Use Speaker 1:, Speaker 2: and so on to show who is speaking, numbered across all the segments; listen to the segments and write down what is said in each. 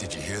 Speaker 1: Hear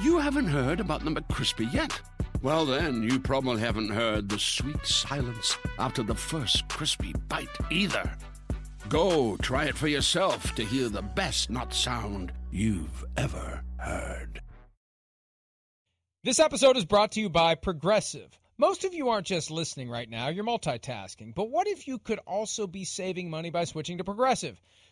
Speaker 2: You haven't heard about the McCrispy yet? Well, then, you probably haven't heard the sweet silence after the first crispy bite either. Go try it for yourself to hear the best not sound you've ever heard.
Speaker 3: This episode is brought to you by Progressive. Most of you aren't just listening right now, you're multitasking. But what if you could also be saving money by switching to Progressive?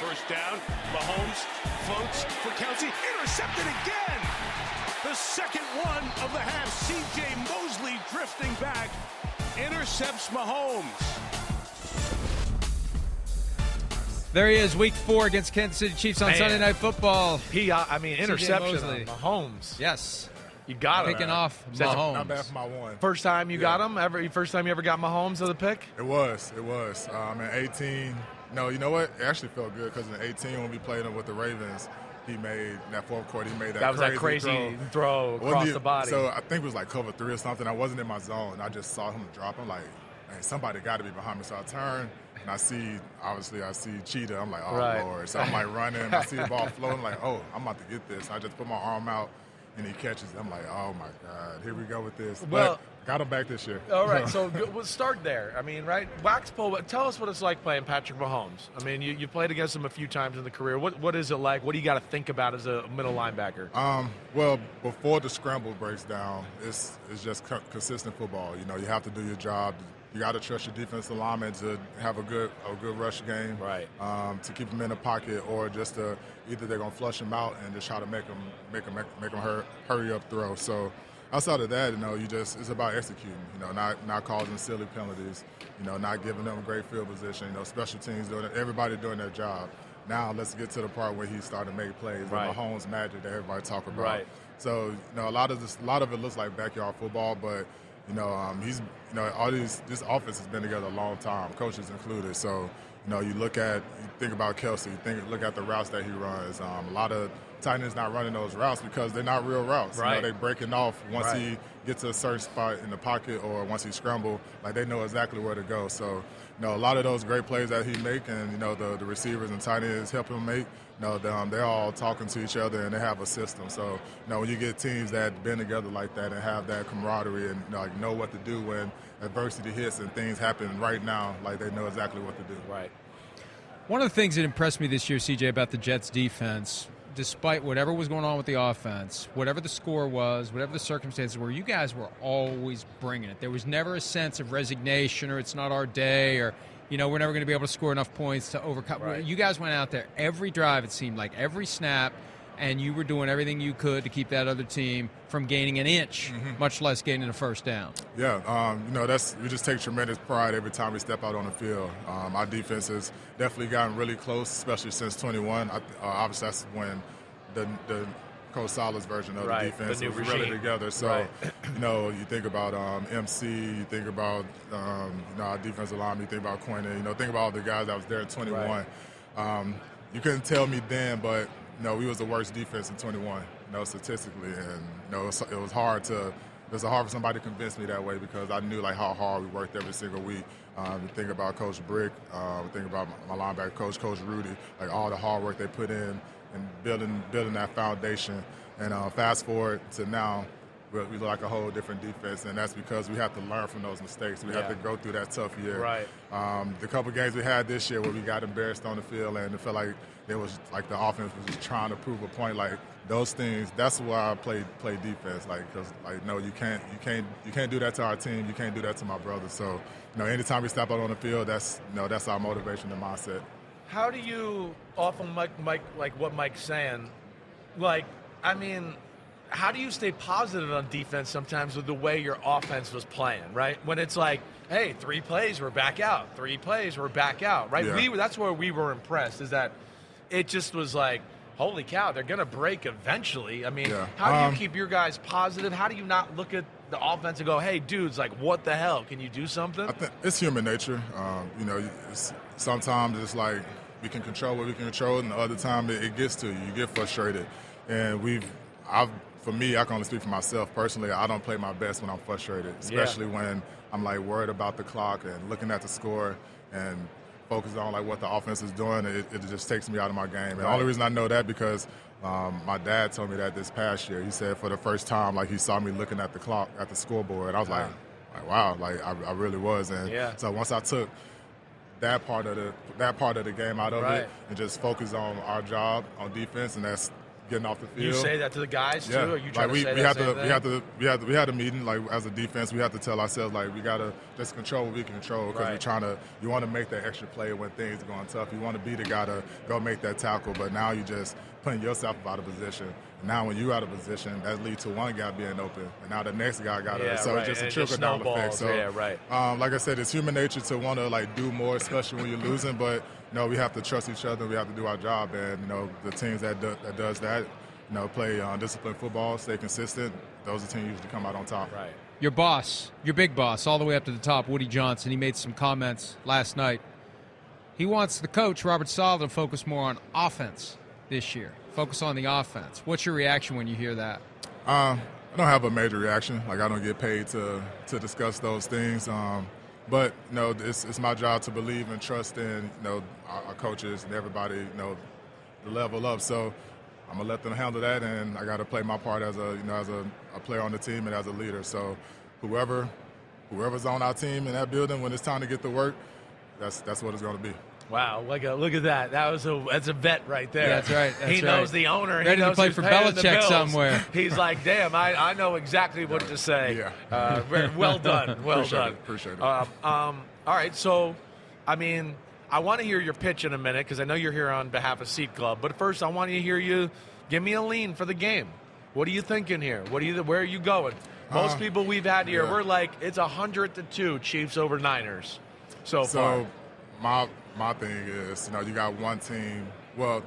Speaker 4: First down, Mahomes floats for Kelsey. Intercepted again. The second one of the half. CJ Mosley drifting back. Intercepts Mahomes.
Speaker 3: There he is, week four against Kansas City Chiefs on
Speaker 5: Man.
Speaker 3: Sunday Night Football.
Speaker 5: He, I I mean, interception
Speaker 3: Mosley.
Speaker 5: on Mahomes.
Speaker 3: Yes.
Speaker 5: you got him.
Speaker 3: Picking off Mahomes.
Speaker 6: Not bad for my one.
Speaker 5: First time you got him. Ever first time you ever got Mahomes of the pick.
Speaker 6: It was. It was. Um, in 18, no, you know what? It actually felt good because in 18, when we played him with the Ravens, he made that fourth quarter. He made that.
Speaker 5: That was that
Speaker 6: crazy
Speaker 5: crazy
Speaker 6: throw.
Speaker 5: throw
Speaker 6: Wasn't
Speaker 5: across
Speaker 6: it-
Speaker 5: the body.
Speaker 6: So I think it was like cover three or something. I wasn't in my zone. I just saw him drop. I'm like, man, somebody got to be behind me. So I turn and I see, obviously, I see Cheetah. I'm like, oh
Speaker 5: Right.
Speaker 6: lord. So I'm like running. I see the ball floating. I'm like, oh, I'm about to get this. I just put my arm out and he catches. it. I'm like, oh my god, here we go with this.
Speaker 5: Well-
Speaker 6: but got him back this year.
Speaker 5: All right, so go- we'll start there. I mean, right? Waxpole, tell us what it's like playing Patrick Mahomes. I mean, you, you played against him a few times in the career. What What is it like? What do you got to think about as a middle linebacker?
Speaker 6: Um, well, before the scramble breaks down, it's it's just co- consistent football. You know, you have to do your job. You got to trust your defensive lineman to have a good a good rush game,
Speaker 5: Right.
Speaker 6: Um, to keep them in the pocket, or just to either they're gonna flush them out and just try to make them make them make them hurry, hurry up throw. So outside of that, you know, you just it's about executing. You know, not not causing silly penalties. You know, not giving them great field position. You know, special teams doing it, everybody doing their job. Now let's get to the part where he started making plays. and
Speaker 5: Right.
Speaker 6: Mahomes Mahomes magic that everybody talk about.
Speaker 5: Right.
Speaker 6: So you know, a lot of this, a lot of it looks like backyard football, but you know, um, he's you know, all these this offense has been together a long time, coaches included. So you know, you look at you think about Kelsey, you think look at the routes that he runs. Um, a lot of tight ends not running those routes because they're not real routes.
Speaker 5: Right.
Speaker 6: You know, they breaking off once
Speaker 5: Right.
Speaker 6: he gets to a certain spot in the pocket or once he scramble, like they know exactly where to go. So, you know, a lot of those great plays that he make and, you know, the, the receivers and tight ends help him make, you know, the, um, they're all talking to each other and they have a system. So, you know, when you get teams that been together like that and have that camaraderie and you know, like know what to do when adversity hits and things happen right now, like they know exactly what to do.
Speaker 5: right.
Speaker 7: One of the things that impressed me this year, CJ, about the Jets defense, despite whatever was going on with the offense, whatever the score was, whatever the circumstances were, you guys were always bringing it. There was never a sense of resignation or it's not our day or, you know, we're never going to be able to score enough points to overcome.
Speaker 5: Right.
Speaker 7: You guys went out there every drive, it seemed like, every snap, and you were doing everything you could to keep that other team from gaining an inch, much less gaining a first down.
Speaker 6: Yeah, um, you know that's we just take tremendous pride every time we step out on the field. Um, our defense has definitely gotten really close, especially since 21. I, uh, obviously, that's when the the Coach Sala's version of
Speaker 5: Right,
Speaker 6: the defense
Speaker 5: the new
Speaker 6: was
Speaker 5: regime.
Speaker 6: really together. So,
Speaker 5: Right.
Speaker 6: you know, you think about um, MC, you think about um, you know our defensive lineman, you think about Quinn, you know, think about all the guys that was there at 21.
Speaker 5: Right.
Speaker 6: Um, you couldn't tell me then, but you know, we was the worst defense in 21. You know, statistically, and you know, it was, it was hard to. It was hard for somebody to convince me that way because I knew like how hard we worked every single week. Um, you think about Coach Brick, uh, you think about my linebacker coach, Coach Rudy, like all the hard work they put in and building building that foundation. And uh, fast forward to now, we we look like a whole different defense, and that's because we have to learn from those mistakes. We have to
Speaker 5: Yeah.
Speaker 6: go through that tough year.
Speaker 5: Right.
Speaker 6: Um, the couple games we had this year where we got embarrassed on the field, and it felt like it was like the offense was just trying to prove a point. Like those things, that's why I play play defense. Like because like no, you can't you can't you can't do that to our team. You can't do that to my brother. So you know, anytime we step out on the field, that's you know, that's our motivation and mindset.
Speaker 5: How do you off on Mike, Mike like what Mike's saying? Like, I mean, how do you stay positive on defense sometimes with the way your offense was playing, right? When it's like, hey, three plays, we're back out. Three plays, we're back out, right?
Speaker 6: Yeah.
Speaker 5: We that's where we were impressed is that it just was like, holy cow, they're gonna break eventually. I mean,
Speaker 6: Yeah.
Speaker 5: how do
Speaker 6: Um,
Speaker 5: you keep your guys positive? How do you not look at the offense and go, hey, dudes, like, what the hell? Can you do something?
Speaker 6: I think it's human nature. Um, you know, it's, sometimes it's like we can control what we can control, and the other time it, it gets to you. You get frustrated, and we've, I've, for me, I can only speak for myself personally. I don't play my best when I'm frustrated, especially when I'm like worried about the clock and looking at the score and focused on like what the offense is doing. It, it just takes me out of my game. And the only reason I know that because um, my dad told me that this past year. He said for the first time, like he saw me looking at the clock at the scoreboard. I was like. Like, wow, like I, I really was, and
Speaker 5: Yeah.
Speaker 6: so once I took that part of the that part of the game out of
Speaker 5: Right.
Speaker 6: it and just focus on our job on defense, and that's getting off the field.
Speaker 5: you say that to the guys
Speaker 6: Yeah,
Speaker 5: too? Or you try
Speaker 6: like
Speaker 5: to
Speaker 6: we,
Speaker 5: say
Speaker 6: we
Speaker 5: that
Speaker 6: have
Speaker 5: same
Speaker 6: to
Speaker 5: thing?
Speaker 6: we have to we had we had a meeting like as a defense we have to tell ourselves like we gotta just control what we can control because we're
Speaker 5: Right.
Speaker 6: trying to you want to make that extra play when things are going tough you want to be the guy to go make that tackle but now you just putting yourself out of position now when you out of position that leads to one guy being open and now the next guy got
Speaker 5: Yeah,
Speaker 6: it so
Speaker 5: right,
Speaker 6: it's just a
Speaker 5: and it just
Speaker 6: trickle down effect so
Speaker 5: snowballs. Yeah, right.
Speaker 6: um, like I said, it's human nature to want to like do more, especially when you're losing. But no, we have to trust each other. We have to do our job, and you know the teams that do, that does that, you know, play uh, disciplined football, stay consistent. Those are the teams usually come out on top.
Speaker 5: Right.
Speaker 7: Your boss, your big boss, all the way up to the top, Woody Johnson, he made some comments last night. He wants the coach, Robert Sala, to focus more on offense this year. Focus on the offense. What's your reaction when you hear that?
Speaker 6: Um, I don't have a major reaction. Like I don't get paid to to discuss those things. Um, but you know, it's, it's my job to believe and trust in you know our, our coaches and everybody. You know, to level up. So I'm gonna let them handle that, and I got to play my part as a you know as a, a player on the team and as a leader. So whoever whoever's on our team in that building when it's time to get to work, that's that's what it's gonna be.
Speaker 5: Wow, like a, look at that. That was a that's a vet right there.
Speaker 7: Yeah, that's right, that's
Speaker 5: he knows
Speaker 7: right.
Speaker 5: the owner. He
Speaker 7: Ready to
Speaker 5: knows
Speaker 7: play
Speaker 5: who's
Speaker 7: for
Speaker 5: paying the
Speaker 7: Belichick
Speaker 5: bills.
Speaker 7: somewhere.
Speaker 5: He's like, damn, I, I know exactly what to say.
Speaker 6: Yeah.
Speaker 5: Uh, very- well done. Well
Speaker 6: Appreciate
Speaker 5: done.
Speaker 6: it, appreciate it.
Speaker 5: Um, um, all right, so I mean, I want to hear your pitch in a minute because I know you're here on behalf of Seat Club. But first, I want to hear you give me a lean for the game. What are you thinking here? What are you? Where are you going? Most
Speaker 6: Uh,
Speaker 5: people we've had here,
Speaker 6: yeah.
Speaker 5: we're like, it's hundred to two Chiefs over Niners so, far.
Speaker 6: So my my thing is, you know, you got one team. Well,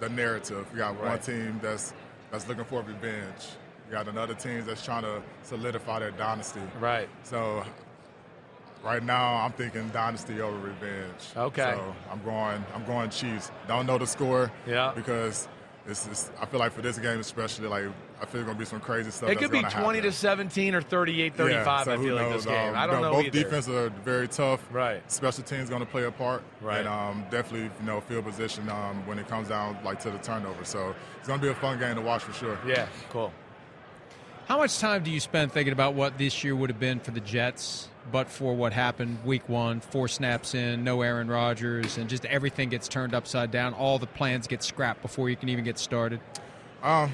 Speaker 6: the narrative. You got one
Speaker 5: Right.
Speaker 6: team that's that's looking for revenge. You got another team that's trying to solidify their dynasty.
Speaker 5: Right.
Speaker 6: So right now, I'm thinking dynasty over revenge.
Speaker 5: Okay.
Speaker 6: So I'm going. I'm going Chiefs. Don't know the score.
Speaker 5: Yeah.
Speaker 6: Because. It's, it's, I feel like for this game especially, like I feel gonna be some crazy stuff.
Speaker 5: It
Speaker 6: that's
Speaker 5: could be
Speaker 6: gonna
Speaker 5: 20
Speaker 6: happen.
Speaker 5: to 17 or 38 35,
Speaker 6: Yeah, so
Speaker 5: I
Speaker 6: who
Speaker 5: feel like this
Speaker 6: knows?
Speaker 5: game.
Speaker 6: Um,
Speaker 5: I don't
Speaker 6: no,
Speaker 5: know.
Speaker 6: Both
Speaker 5: either.
Speaker 6: defenses are very tough.
Speaker 5: Right.
Speaker 6: Special teams going to play a part.
Speaker 5: Right.
Speaker 6: And um, definitely, you know, field position um, when it comes down like to the turnover. So it's going to be a fun game to watch for sure.
Speaker 5: Yeah, cool.
Speaker 7: How much time do you spend thinking about what this year would have been for the Jets, but for what happened week one, four snaps in, no Aaron Rodgers, and just everything gets turned upside down? All the plans get scrapped before you can even get started.
Speaker 6: Um,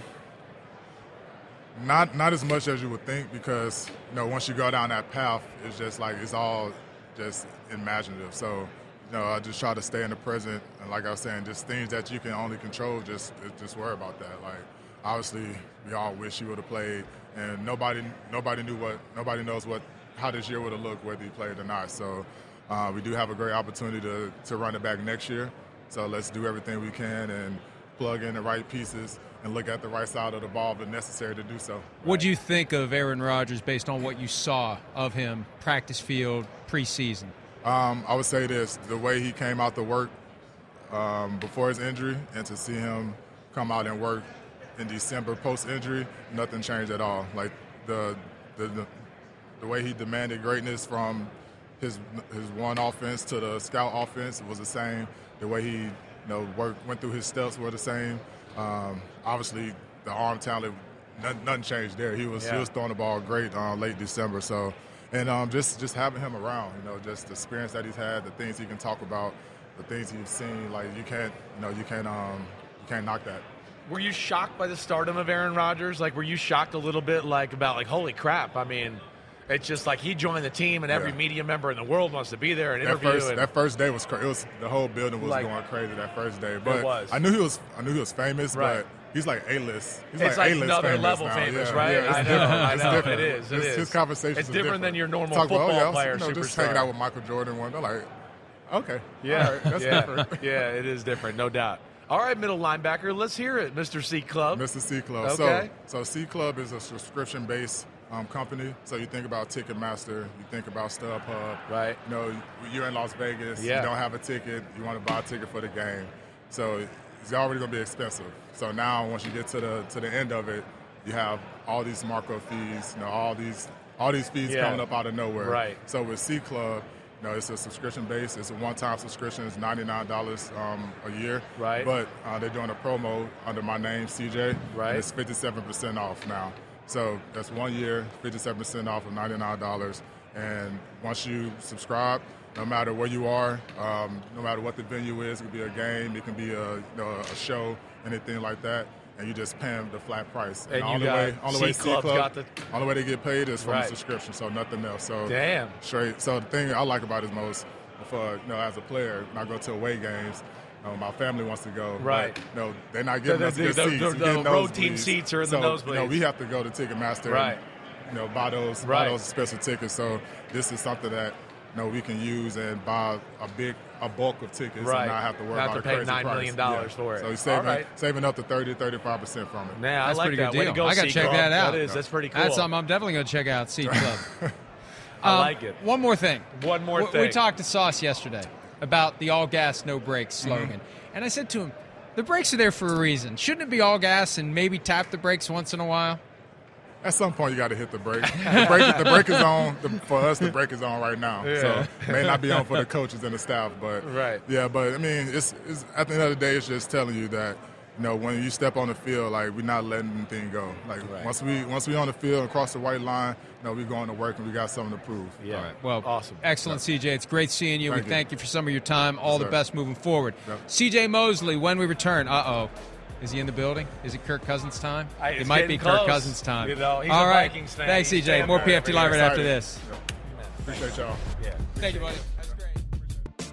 Speaker 6: not not as much as you would think because you know once you go down that path, it's just like it's all just imaginative. So you know I just try to stay in the present and like I was saying, just things that you can only control. Just just worry about that. Like obviously we all wish he would have played, and nobody nobody knew what nobody knows what how this year would have looked whether he played or not. So uh, we do have a great opportunity to to run it back next year. So let's do everything we can and plug in the right pieces and look at the right side of the ball if necessary to do so.
Speaker 7: What do you think of Aaron Rodgers based on what you saw of him, practice field, preseason?
Speaker 6: Um, I would say this: the way he came out to work um, before his injury, and to see him come out and work in December post injury, nothing changed at all. Like the the, the the way he demanded greatness from his his one offense to the scout offense was the same. The way he you know worked went through his steps were the same. Um, obviously, the arm talent nothing, nothing changed there. He was he
Speaker 5: Yeah.
Speaker 6: was throwing the ball great uh, late December. So, and um, just just having him around, you know, just the experience that he's had, the things he can talk about, the things he's seen. Like you can't, you know, you can't um, you can't knock that.
Speaker 5: Were you shocked by the stardom of Aaron Rodgers? Like, were you shocked a little bit, like about like, holy crap? I mean, it's just like he joined the team, and every
Speaker 6: Yeah.
Speaker 5: media member in the world wants to be there and
Speaker 6: That
Speaker 5: interview.
Speaker 6: first,
Speaker 5: and-
Speaker 6: that first day was crazy. It was the whole building was
Speaker 5: Like-
Speaker 6: going crazy that first day. But
Speaker 5: was.
Speaker 6: I knew he was, I knew he was famous.
Speaker 5: Right.
Speaker 6: But he's like a list. He's
Speaker 5: it's like
Speaker 6: A-list
Speaker 5: another
Speaker 6: famous
Speaker 5: level
Speaker 6: now.
Speaker 5: famous,
Speaker 6: Yeah,
Speaker 5: right?
Speaker 6: yeah, it's
Speaker 5: I know,
Speaker 6: different.
Speaker 5: I
Speaker 6: It's
Speaker 5: know.
Speaker 6: different.
Speaker 5: It is. It
Speaker 6: His-
Speaker 5: is.
Speaker 6: His conversation
Speaker 5: It's different, than your normal
Speaker 6: Talk about,
Speaker 5: football
Speaker 6: oh, yeah, I was,
Speaker 5: player.
Speaker 6: you know, just
Speaker 5: superstar.
Speaker 6: hanging out with Michael Jordan one. They're like, okay,
Speaker 5: Yeah,
Speaker 6: all right, that's
Speaker 5: yeah,
Speaker 6: different.
Speaker 5: yeah, it is different, no doubt. All right, middle linebacker, let's hear it, Mr. C Club.
Speaker 6: Mr. C Club.
Speaker 5: Okay.
Speaker 6: So, so C Club is a subscription based um, company. So you think about Ticketmaster, you think about StubHub.
Speaker 5: Right.
Speaker 6: You know, you're in Las Vegas,
Speaker 5: Yeah.
Speaker 6: you don't have a ticket, you want to buy a ticket for the game. So it's already going to be expensive. So now, once you get to the to the end of it, you have all these markup fees, you know, all these all these fees
Speaker 5: Yeah.
Speaker 6: coming up out of nowhere.
Speaker 5: Right.
Speaker 6: So with C Club, you know, it's a subscription base. It's a one-time subscription. It's ninety-nine dollars um, a year.
Speaker 5: Right.
Speaker 6: But uh, they're doing a promo under my name, CJ.
Speaker 5: Right.
Speaker 6: And it's fifty-seven percent off now. So that's one year, fifty-seven percent off of ninety-nine dollars. And once you subscribe, no matter where you are, um, no matter what the venue is, it could be a game, it can be a, you know, a show, anything like that. And you just pay 'em the flat price.
Speaker 5: And you
Speaker 6: all the
Speaker 5: got
Speaker 6: way, all the way,
Speaker 5: C Club's got the-
Speaker 6: all the way they get paid is from
Speaker 5: Right.
Speaker 6: the subscription, so nothing else. So
Speaker 5: Damn.
Speaker 6: straight. So the thing I like about it most, for you know, as a player, when I go to away games, you know, my family wants to go. but,
Speaker 5: Right.
Speaker 6: you know, they're not getting
Speaker 5: The-
Speaker 6: us
Speaker 5: the-
Speaker 6: good
Speaker 5: the-
Speaker 6: seats.
Speaker 5: the-
Speaker 6: We're getting
Speaker 5: the road team
Speaker 6: nosebleeds.
Speaker 5: seats are in the
Speaker 6: so, You know,
Speaker 5: nosebleeds.
Speaker 6: we have to go to Ticketmaster.
Speaker 5: Right.
Speaker 6: And, you know, buy those,
Speaker 5: Right.
Speaker 6: buy those special tickets. So this is something that. You know, we can use and buy a big a bulk of tickets
Speaker 5: Right.
Speaker 6: and not have to worry
Speaker 5: Not
Speaker 6: about
Speaker 5: to
Speaker 6: a
Speaker 5: pay
Speaker 6: crazy
Speaker 5: $9
Speaker 6: price.
Speaker 5: million dollars for it.
Speaker 6: So you're saving,
Speaker 5: All right.
Speaker 6: saving up to 30 35 percent from it.
Speaker 5: Nah,
Speaker 7: That's
Speaker 5: I like
Speaker 7: pretty good
Speaker 5: that. Way to
Speaker 7: deal.
Speaker 5: go,
Speaker 7: I gotta
Speaker 5: C
Speaker 7: check
Speaker 5: Club.
Speaker 7: that out.
Speaker 5: That is, that's pretty cool.
Speaker 7: That's something I'm definitely going to check out. C Club.
Speaker 5: I
Speaker 7: Um,
Speaker 5: like it.
Speaker 7: One more thing.
Speaker 5: One more
Speaker 7: we, We
Speaker 5: thing.
Speaker 7: talked to Sauce yesterday about the all gas, no brakes
Speaker 5: Mm-hmm.
Speaker 7: slogan. And I said to him, the brakes are there for a reason. Shouldn't it be all gas and maybe tap the brakes once in a while?
Speaker 6: At some point, you got to hit the brake. The brake, the brake is on the, for us. The brake is on right now, so it may not be on for the coaches and the staff, but
Speaker 5: Right.
Speaker 6: Yeah, but I mean, it's, it's at the end of the day, it's just telling you that you know when you step on the field, like we're not letting anything go. Like once we once we on the field and cross the white line, you know, we going to work and we got something to prove.
Speaker 5: Yeah.
Speaker 7: All right. Well,
Speaker 5: awesome.
Speaker 7: Excellent, CJ. It's great seeing you.
Speaker 6: Thank
Speaker 7: we
Speaker 6: you.
Speaker 7: thank you for some of your time. All the
Speaker 6: sir.
Speaker 7: best moving forward.
Speaker 6: Yep.
Speaker 7: CJ Mosley, when we return, uh oh. Is he in the building? Is it Kirk Cousins time?
Speaker 5: I-
Speaker 7: it
Speaker 5: it's
Speaker 7: might be
Speaker 5: getting
Speaker 7: Kirk
Speaker 5: close.
Speaker 7: Cousins time.
Speaker 5: You know, he's
Speaker 7: All
Speaker 5: a
Speaker 7: right.
Speaker 5: Vikings fan.
Speaker 7: Thanks,
Speaker 5: He's
Speaker 7: CJ. More
Speaker 5: staying
Speaker 7: PFT
Speaker 5: forever.
Speaker 7: live right after
Speaker 6: Excited.
Speaker 7: this.
Speaker 6: Appreciate y'all.
Speaker 5: Yeah.
Speaker 7: Thank you, buddy. That's great.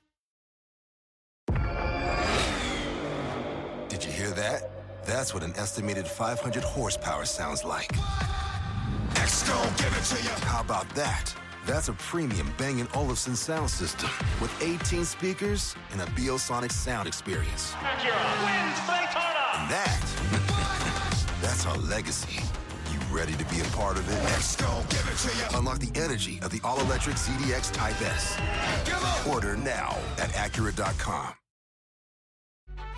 Speaker 1: Did you hear that? That's what an estimated 500 horsepower sounds like. Next, gonna give it to you. How about that? That's a premium Bang & Olufsen sound system with 18 speakers and a Biosonic sound experience.
Speaker 8: Acura wins Daytona.
Speaker 1: And that, that's our legacy. You ready to be a part of it? Next, gonna give it to you. Unlock the energy of the all-electric ZDX Type S. Order now at Acura.com.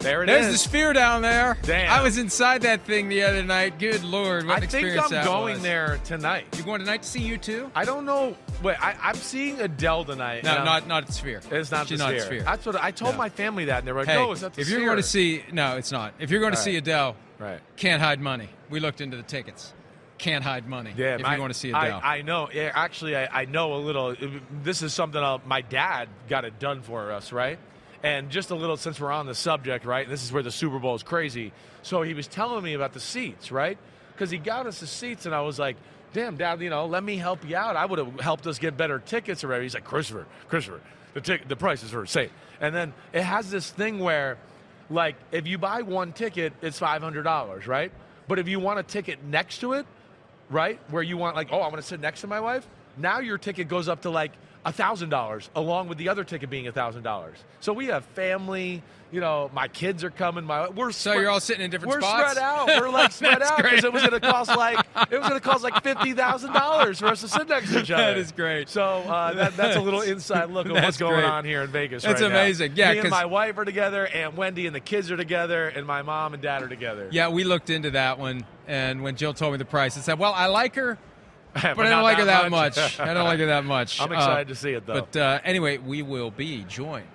Speaker 5: There it is.
Speaker 7: There's the sphere down there.
Speaker 5: Damn.
Speaker 7: I was inside that thing the other night. Good lord, what an
Speaker 5: I think
Speaker 7: experience
Speaker 5: I'm
Speaker 7: that
Speaker 5: going
Speaker 7: was.
Speaker 5: there tonight.
Speaker 7: You going tonight to see you too?
Speaker 5: I don't know. Wait, I, I'm seeing Adele tonight.
Speaker 7: No,
Speaker 5: and I'm-
Speaker 7: not not at sphere.
Speaker 5: It's not
Speaker 7: She's
Speaker 5: the
Speaker 7: not at
Speaker 5: sphere.
Speaker 7: sphere.
Speaker 5: That's what I told
Speaker 7: No.
Speaker 5: my family that, and they were like,
Speaker 7: hey,
Speaker 5: "No, it's not the
Speaker 7: if
Speaker 5: sphere."
Speaker 7: you're going to see, no, it's not. If you're going to
Speaker 5: All
Speaker 7: see
Speaker 5: right.
Speaker 7: Adele,
Speaker 5: right?
Speaker 7: can't hide money. We looked into the tickets. Can't hide money.
Speaker 5: Yeah,
Speaker 7: if
Speaker 5: my-
Speaker 7: you want to see
Speaker 5: I-
Speaker 7: Adele.
Speaker 5: I, know. Yeah, actually, I, I know a little. This is something uh, my dad got it done for us, right? And just a little, since we're on the subject, right? This is where the Super Bowl is crazy. So he was telling me about the seats, right? Because he got us the seats, and I was like, damn, Dad, you know, let me help you out. I would have helped us get better tickets already. He's like, Christopher, Christopher, the, tick the prices are insane. And then it has this thing where, like, if you buy one ticket, it's $500, right? But if you want a ticket next to it, right, where you want, like, oh, I want to sit next to my wife, now your ticket goes up to like $1,000 along with the other ticket being $1,000. So we have family, you know, my kids are coming, my we're
Speaker 7: So you're all sitting in different
Speaker 5: we're
Speaker 7: spots?
Speaker 5: spread out. We're like spread
Speaker 7: That's
Speaker 5: out because
Speaker 7: great.
Speaker 5: it was going to cost like it was going to cost like $50,000 for us to sit next to each other.
Speaker 7: That is great.
Speaker 5: So uh, that, that's a little inside look at
Speaker 7: That's
Speaker 5: what's going
Speaker 7: great.
Speaker 5: on here in Vegas
Speaker 7: That's
Speaker 5: right now.
Speaker 7: amazing. Yeah,
Speaker 5: Me
Speaker 7: 'cause-
Speaker 5: and my wife are together, and Wendy and the kids are together, and my mom and dad are together.
Speaker 7: Yeah, we looked into that one, and when Jill told me the price, I said, "Well, I like her,
Speaker 5: But
Speaker 7: but, I
Speaker 5: not
Speaker 7: don't like her
Speaker 5: that
Speaker 7: that
Speaker 5: much."
Speaker 7: much. I don't like her that much." Uh,
Speaker 5: I'm excited to see it, though.
Speaker 7: But uh, anyway, we will be joined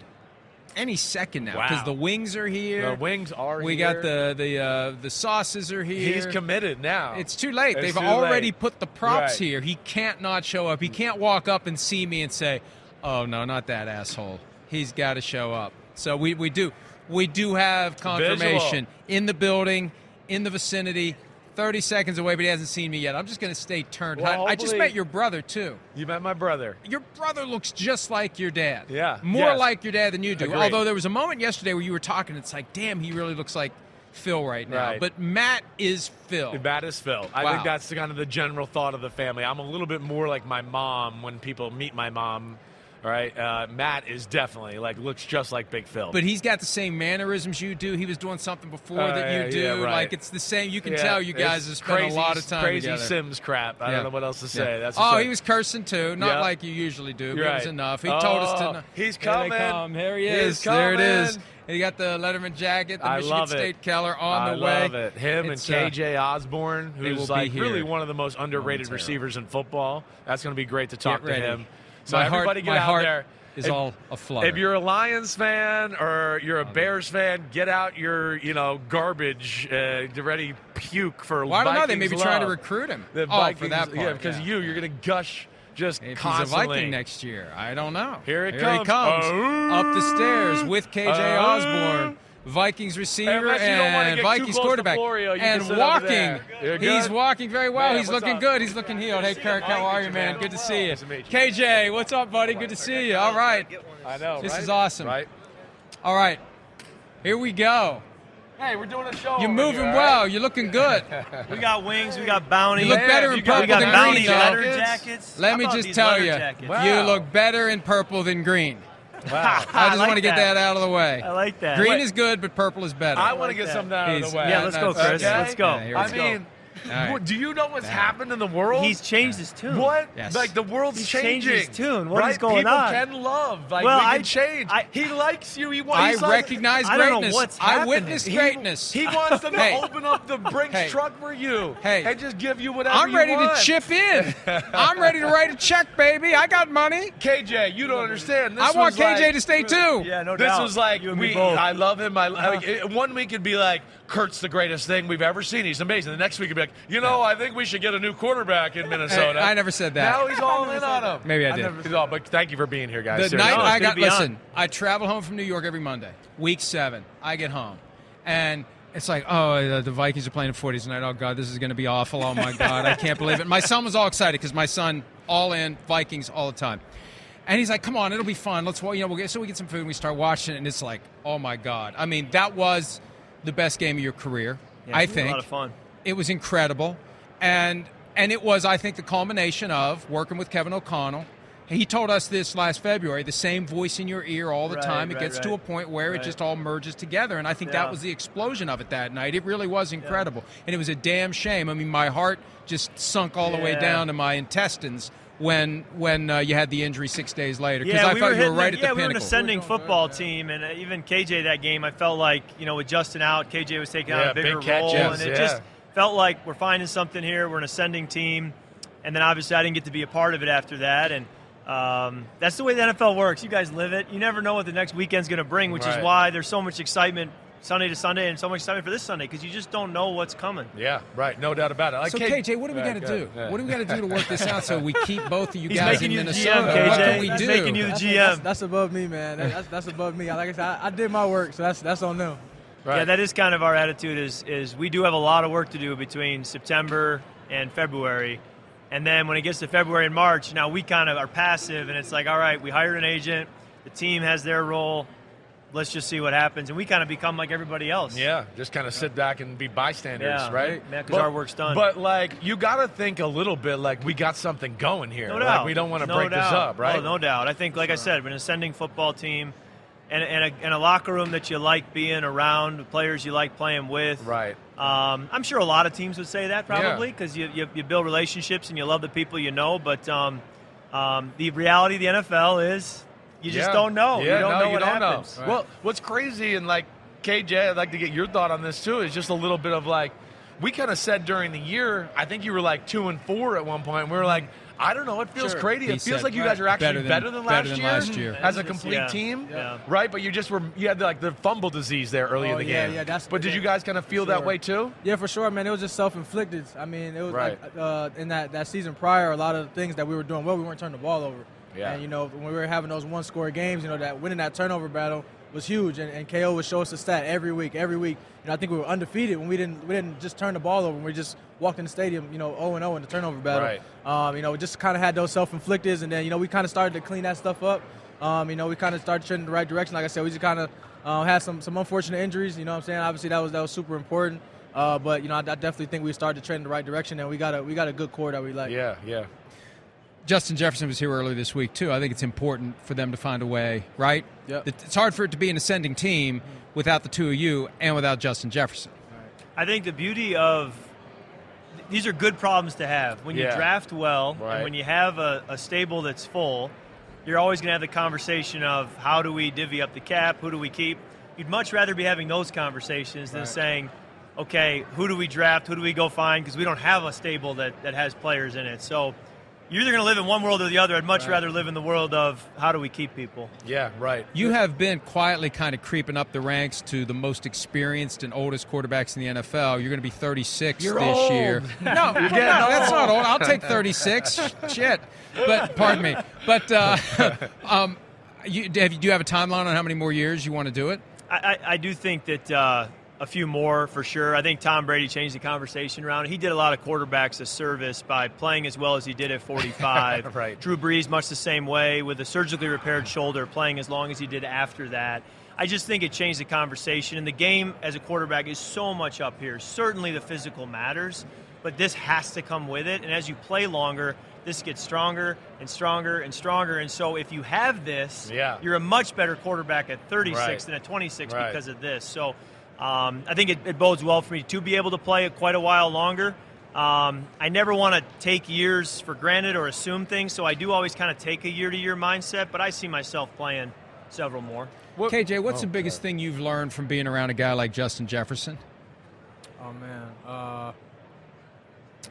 Speaker 7: any second now because
Speaker 5: Wow.
Speaker 7: the wings are here.
Speaker 5: The wings are
Speaker 7: We
Speaker 5: here.
Speaker 7: got the the uh, the sauces are here.
Speaker 5: He's committed now.
Speaker 7: It's too late.
Speaker 5: It's
Speaker 7: They've
Speaker 5: too
Speaker 7: already
Speaker 5: late.
Speaker 7: put the props
Speaker 5: Right.
Speaker 7: here. He can't not show up. He can't walk up and see me and say, "Oh no, not that asshole." He's got to show up. So we, we do we do have confirmation in the building, in the vicinity, thirty seconds away, but he hasn't seen me yet. I'm just going to stay turned.
Speaker 5: Well,
Speaker 7: hot. I just
Speaker 5: hopefully-
Speaker 7: met your brother too.
Speaker 5: You met my brother.
Speaker 7: Your brother looks just like your dad.
Speaker 5: Yeah,
Speaker 7: more
Speaker 5: yes.
Speaker 7: like your dad than you do.
Speaker 5: Agreed.
Speaker 7: Although there was a moment yesterday where you were talking, it's like, damn, he really looks like Phil right now.
Speaker 5: Right.
Speaker 7: But Matt is Phil.
Speaker 5: That is Phil. I
Speaker 7: Wow.
Speaker 5: think that's the kind of the general thought of the family. I'm a little bit more like my mom when people meet my mom. All right, uh, Matt is definitely like looks just like Big Phil.
Speaker 7: But he's got the same mannerisms you do. He was doing something before
Speaker 5: Uh,
Speaker 7: that you
Speaker 5: yeah,
Speaker 7: do.
Speaker 5: yeah, right.
Speaker 7: Like it's the same. You can
Speaker 5: Yeah,
Speaker 7: tell you
Speaker 5: it's
Speaker 7: guys have spent
Speaker 5: crazy-
Speaker 7: a lot of time
Speaker 5: Crazy
Speaker 7: together.
Speaker 5: Sims crap. I
Speaker 7: Yeah.
Speaker 5: don't know what else to
Speaker 7: Yeah.
Speaker 5: say. That's
Speaker 7: oh,
Speaker 5: just
Speaker 7: he was cursing too. Not
Speaker 5: Yeah.
Speaker 7: like you usually do. But
Speaker 5: You're
Speaker 7: It was
Speaker 5: right.
Speaker 7: enough. He told us
Speaker 5: Oh,
Speaker 7: to. not-
Speaker 5: he's
Speaker 7: Here they
Speaker 5: coming.
Speaker 7: come. Here he
Speaker 5: He's
Speaker 7: is. there it is.
Speaker 5: coming.
Speaker 7: He got the Letterman jacket. The
Speaker 5: I
Speaker 7: Michigan
Speaker 5: love it.
Speaker 7: State Keller on
Speaker 5: I
Speaker 7: the way.
Speaker 5: love it. Him
Speaker 7: It's, uh,
Speaker 5: and KJ Osborne,
Speaker 7: will be
Speaker 5: who's like
Speaker 7: here
Speaker 5: really one of the most underrated
Speaker 7: momentarily.
Speaker 5: receivers in football. That's going to be great to talk
Speaker 7: Get
Speaker 5: to
Speaker 7: ready.
Speaker 5: him. So
Speaker 7: My heart-
Speaker 5: everybody get
Speaker 7: my
Speaker 5: out
Speaker 7: heart
Speaker 5: there.
Speaker 7: is all aflutter.
Speaker 5: If you're a Lions fan or you're a Bears fan, get out your you know garbage. Uh, get ready puke for
Speaker 7: Well, I don't know. They
Speaker 5: Vikings
Speaker 7: may be trying to
Speaker 5: love.
Speaker 7: recruit him.
Speaker 5: The
Speaker 7: oh,
Speaker 5: Vikings,
Speaker 7: for that part.
Speaker 5: yeah, because you you're going to gush just
Speaker 7: If
Speaker 5: constantly.
Speaker 7: he's a Viking next year, I don't know.
Speaker 5: Here it
Speaker 7: He
Speaker 5: comes.
Speaker 7: comes
Speaker 5: Oh.
Speaker 7: up the stairs with KJ
Speaker 5: Oh.
Speaker 7: Osborne, Vikings receiver
Speaker 5: Unless you don't wanna get
Speaker 7: and
Speaker 5: too
Speaker 7: Vikings
Speaker 5: close to
Speaker 7: quarterback,
Speaker 5: Florio, you can
Speaker 7: and
Speaker 5: sit over
Speaker 7: walking.
Speaker 5: there. You're good?
Speaker 7: He's walking very well.
Speaker 5: Man,
Speaker 7: He's
Speaker 5: what's
Speaker 7: looking
Speaker 5: up?
Speaker 7: good. He's looking healed. Hey,
Speaker 5: Good to see
Speaker 7: Kirk,
Speaker 5: you.
Speaker 7: how
Speaker 5: Nice
Speaker 7: are
Speaker 5: to
Speaker 7: you,
Speaker 5: meet
Speaker 7: man?
Speaker 5: you.
Speaker 7: Good to see you.
Speaker 5: Nice to meet you.
Speaker 7: KJ, what's up, buddy? Good to see you. All right,
Speaker 5: I know.
Speaker 7: this
Speaker 5: right?
Speaker 7: is awesome.
Speaker 5: Right?
Speaker 7: All right, here we go.
Speaker 5: Hey, we're doing a show.
Speaker 7: You're
Speaker 5: over
Speaker 7: moving
Speaker 5: here, all right?
Speaker 7: well. You're looking good.
Speaker 9: We got wings, we got bounty.
Speaker 7: You look
Speaker 5: Yeah,
Speaker 7: better
Speaker 5: you
Speaker 7: in
Speaker 5: got-
Speaker 7: purple
Speaker 9: we got
Speaker 7: than
Speaker 9: bounty
Speaker 7: green,
Speaker 9: letter
Speaker 7: though.
Speaker 9: jackets. How
Speaker 7: Let me
Speaker 9: about
Speaker 7: just
Speaker 9: these
Speaker 7: tell
Speaker 9: letter
Speaker 7: you,
Speaker 9: jackets?
Speaker 7: you
Speaker 5: Wow.
Speaker 7: look better in purple than green.
Speaker 5: Wow.
Speaker 7: I just
Speaker 9: like
Speaker 7: want to get
Speaker 9: that.
Speaker 7: that out of the way.
Speaker 9: I like that.
Speaker 7: Green
Speaker 9: Wait.
Speaker 7: is good, but purple is better.
Speaker 5: I want to get
Speaker 9: that.
Speaker 5: something out of
Speaker 7: He's-
Speaker 5: the way.
Speaker 9: Yeah, let's go,
Speaker 7: that's-
Speaker 9: Chris.
Speaker 5: Okay?
Speaker 9: Let's go.
Speaker 7: Yeah, here
Speaker 5: I
Speaker 7: we go.
Speaker 5: mean,
Speaker 7: All right.
Speaker 5: wh- do you know what's
Speaker 7: Yeah.
Speaker 5: happened in the world?
Speaker 9: He's changed his tune.
Speaker 5: what?
Speaker 7: Yes.
Speaker 5: Like the world's
Speaker 9: He's changed
Speaker 5: changing.
Speaker 9: his tune. What is
Speaker 5: right?
Speaker 9: going
Speaker 5: People
Speaker 9: on?
Speaker 5: can love. Like
Speaker 9: Well,
Speaker 5: we can
Speaker 9: I-
Speaker 5: change.
Speaker 9: I-
Speaker 5: he likes you. He
Speaker 7: I
Speaker 5: wants. he
Speaker 7: recognize
Speaker 9: I don't know
Speaker 7: greatness.
Speaker 9: what's
Speaker 7: I witness
Speaker 9: happening.
Speaker 7: greatness.
Speaker 5: He wants them
Speaker 7: Hey.
Speaker 5: to open up the Brinks
Speaker 7: Hey.
Speaker 5: truck for you.
Speaker 7: Hey.
Speaker 5: and just give you whatever
Speaker 7: I'm
Speaker 5: you
Speaker 7: ready to
Speaker 5: want.
Speaker 7: chip in. I'm ready to write a check, baby. I got money.
Speaker 5: KJ, you don't understand. This
Speaker 7: I want
Speaker 5: was like-
Speaker 7: KJ to stay too.
Speaker 9: Yeah, no
Speaker 5: this
Speaker 9: doubt.
Speaker 5: was like
Speaker 9: you and me
Speaker 5: we.
Speaker 9: both. Uh-huh.
Speaker 5: I love him. I, I mean, it- one week it'd be like Kurt's the greatest thing we've ever seen. He's amazing. The next week it'd be like, you know, I think we should get a new quarterback in Minnesota.
Speaker 7: I never said that.
Speaker 5: Now he's all in on him.
Speaker 7: Maybe I did.
Speaker 5: never- He's all, but thank you for being here, guys.
Speaker 7: The
Speaker 5: Seriously.
Speaker 7: night I
Speaker 9: good
Speaker 7: got
Speaker 9: to be on.
Speaker 7: listen, I travel home from New York every Monday, week seven. I get home, and it's like, oh, the, the Vikings are playing the footies tonight. Oh God, this is going to be awful. Oh my God, I can't believe it. My son was all excited because my son all in Vikings all the time, and he's like, come on, it'll be fun. Let's wa- you know, we'll get so we get some food and we start watching it, and it's like, oh my God. I mean, that was the best game of your career.
Speaker 9: Yeah,
Speaker 7: I
Speaker 9: it was
Speaker 7: think
Speaker 9: a lot of fun.
Speaker 7: it was incredible and and it was i think the culmination of working with kevin o'connell he told us this last february the same voice in your ear all the
Speaker 9: Right,
Speaker 7: time it
Speaker 9: right,
Speaker 7: gets to
Speaker 9: right.
Speaker 7: a point where
Speaker 9: Right.
Speaker 7: it just all merges together and i think
Speaker 9: Yeah.
Speaker 7: that was the explosion of it that night it really was incredible and it was a damn shame i mean my heart just sunk all the way
Speaker 9: Yeah.
Speaker 7: down to my intestines when when uh, you had the injury six days later because
Speaker 9: Yeah,
Speaker 7: i
Speaker 9: we
Speaker 7: thought
Speaker 9: were
Speaker 7: you were
Speaker 9: hitting
Speaker 7: right
Speaker 9: the-
Speaker 7: at
Speaker 9: yeah,
Speaker 7: the
Speaker 9: we were an
Speaker 7: pinnacle
Speaker 9: ascending football team, and uh, even KJ that game, I felt like you know with Justin out, KJ was taking on
Speaker 5: Yeah,
Speaker 9: a bigger
Speaker 5: big catches,
Speaker 9: role, and it
Speaker 5: yeah.
Speaker 9: just felt like we're finding something here. We're an ascending team, and then obviously I didn't get to be a part of it after that, and um, that's the way the NFL works. You guys live it. You never know what the next weekend's going to bring, which
Speaker 5: Right.
Speaker 9: is why there's so much excitement Sunday to Sunday, and so much excitement for this Sunday because you just don't know what's coming.
Speaker 5: Yeah, right. No doubt about it. Like,
Speaker 7: so
Speaker 5: K-
Speaker 7: KJ, what do we
Speaker 5: Yeah,
Speaker 7: got to
Speaker 5: go
Speaker 7: do?
Speaker 5: ahead.
Speaker 7: What do we got to do to work this out so we keep both of you
Speaker 9: He's
Speaker 7: guys
Speaker 9: making
Speaker 7: in
Speaker 9: you the
Speaker 7: Minnesota?
Speaker 9: GM,
Speaker 7: What
Speaker 9: KJ.
Speaker 7: can we
Speaker 9: He's
Speaker 7: do?
Speaker 9: making you the
Speaker 10: That's,
Speaker 9: GM.
Speaker 10: that's, that's above me, man. That- that's, that's above me. Like I said, I, I did my work, so that's that's on them.
Speaker 5: Right.
Speaker 9: Yeah, that is kind of our attitude. Is is we do have a lot of work to do between September and February, And then when it gets to February and March, now we kind of are passive, and it's like, all right, we hired an agent, the team has their role, let's just see what happens, and we kind of become like everybody else.
Speaker 5: Yeah, just kind of sit back and be bystanders,
Speaker 9: Yeah,
Speaker 5: right?
Speaker 9: yeah, 'cause
Speaker 5: But-
Speaker 9: our work's done.
Speaker 5: But like, you got to think a little bit like we got something going here.
Speaker 9: No
Speaker 5: Like,
Speaker 9: doubt.
Speaker 5: we don't want to
Speaker 9: No
Speaker 5: break this
Speaker 9: doubt.
Speaker 5: up, right?
Speaker 9: Oh, no doubt. I think, like I said, we're an ascending football team and, and, a, and a locker room that you like being around, the players you like playing with.
Speaker 5: Right.
Speaker 9: Um, I'm sure a lot of teams would say that
Speaker 5: Yeah.
Speaker 9: probably because you, you, you build relationships and you love the people you know. But um, um, the reality of the NFL is you just
Speaker 5: Yeah.
Speaker 9: don't know.
Speaker 5: Yeah,
Speaker 9: you don't
Speaker 5: no,
Speaker 9: know what
Speaker 5: don't know.
Speaker 9: happens.
Speaker 5: Well, what's crazy and like KJ, I'd like to get your thought on this too. Is just a little bit of like we kind of said during the year. I think you were like two and four at one point. We were like, I don't know. It feels
Speaker 7: Sure.
Speaker 5: crazy.
Speaker 7: He
Speaker 5: It feels
Speaker 7: said,
Speaker 5: like you
Speaker 7: right.
Speaker 5: guys are actually
Speaker 7: Better
Speaker 5: better
Speaker 7: than-
Speaker 5: than,
Speaker 7: better
Speaker 5: last,
Speaker 7: than
Speaker 5: year
Speaker 7: last year.
Speaker 5: as a complete
Speaker 9: Yeah.
Speaker 5: team,
Speaker 9: Yeah.
Speaker 5: right? But you just were you had like the fumble disease there early in
Speaker 10: Oh,
Speaker 5: the
Speaker 10: yeah,
Speaker 5: game.
Speaker 10: yeah, that's-
Speaker 5: but did
Speaker 10: yeah.
Speaker 5: you guys kind of feel that
Speaker 10: Sure.
Speaker 5: way too?
Speaker 10: Yeah, for sure, man. It was just self-inflicted. I mean, it was like
Speaker 5: Right.
Speaker 10: uh, in that, that season prior, a lot of the things that we were doing well, we weren't turning the ball over.
Speaker 5: Yeah.
Speaker 10: And you know, when we were having those one-score games, you know, that winning that turnover battle was huge. And, and KO would show us the stat every week, every week. You know, I think we were undefeated when we didn't we didn't just turn the ball over. When we just walked in the stadium, you know, 0 and 0 in the turnover battle.
Speaker 5: Right.
Speaker 10: Um, you know, we just kind of had those self-inflicteds, and then you know, we kind of started to clean that stuff up. Um, you know, we kind of started trending the right direction. Like I said, we just kind of uh, had some some unfortunate injuries. You know, what I'm saying obviously that was that was super important. Uh, but you know, I, I definitely think we started to trend in the right direction, and we got a we got a good core that we like.
Speaker 5: Yeah, yeah.
Speaker 7: Justin Jefferson was here earlier this week too. I think it's important for them to find a way, right?
Speaker 10: Yep.
Speaker 7: It- It's hard for it to be an ascending team without the two of you and without Justin Jefferson.
Speaker 9: I think the beauty of these are good problems to have when you
Speaker 5: Yeah.
Speaker 9: draft well
Speaker 5: Right.
Speaker 9: and when you have a, a stable that's full. You're always going to have the conversation of how do we divvy up the cap, who do we keep. You'd much rather be having those conversations than saying, okay, who do we draft, who do we go find, because we don't have a stable that, that has players in it. So you're either going to live in one world or the other. I'd much rather live in the world of how do we keep people.
Speaker 5: Yeah, right.
Speaker 7: You have been quietly kind of creeping up the ranks to the most experienced and oldest quarterbacks in the NFL. You're going to be 36
Speaker 5: You're
Speaker 7: this
Speaker 5: old.
Speaker 7: year. No, no, that's not old. I'll take 36. Shit. But pardon me. But uh, um, you, have, you- do you have a timeline on how many more years you want to do it?
Speaker 9: I, I, I do think that uh, a few more for sure. I think Tom Brady changed the conversation around. He did a lot of quarterbacks a service by playing as well as he did at 45.
Speaker 5: Right.
Speaker 9: Drew Brees, much the same way, with a surgically repaired shoulder, playing as long as he did after that. I just think it changed the conversation. And the game as a quarterback is so much up here. Certainly the physical matters, but this has to come with it. And as you play longer, this gets stronger and stronger and stronger. And so if you have this,
Speaker 5: Yeah.
Speaker 9: you're a much better quarterback at 36
Speaker 5: Right.
Speaker 9: than at 26
Speaker 5: Right.
Speaker 9: because of this. So um, I think it, it bodes well for me to be able to play it quite a while longer. Um, I never want to take years for granted or assume things, so I do always kind of take a year to year mindset, but I see myself playing several more.
Speaker 7: KJ,
Speaker 5: Oh,
Speaker 7: what's the biggest thing you've learned from being around a guy like Justin Jefferson?
Speaker 10: Oh man, uh,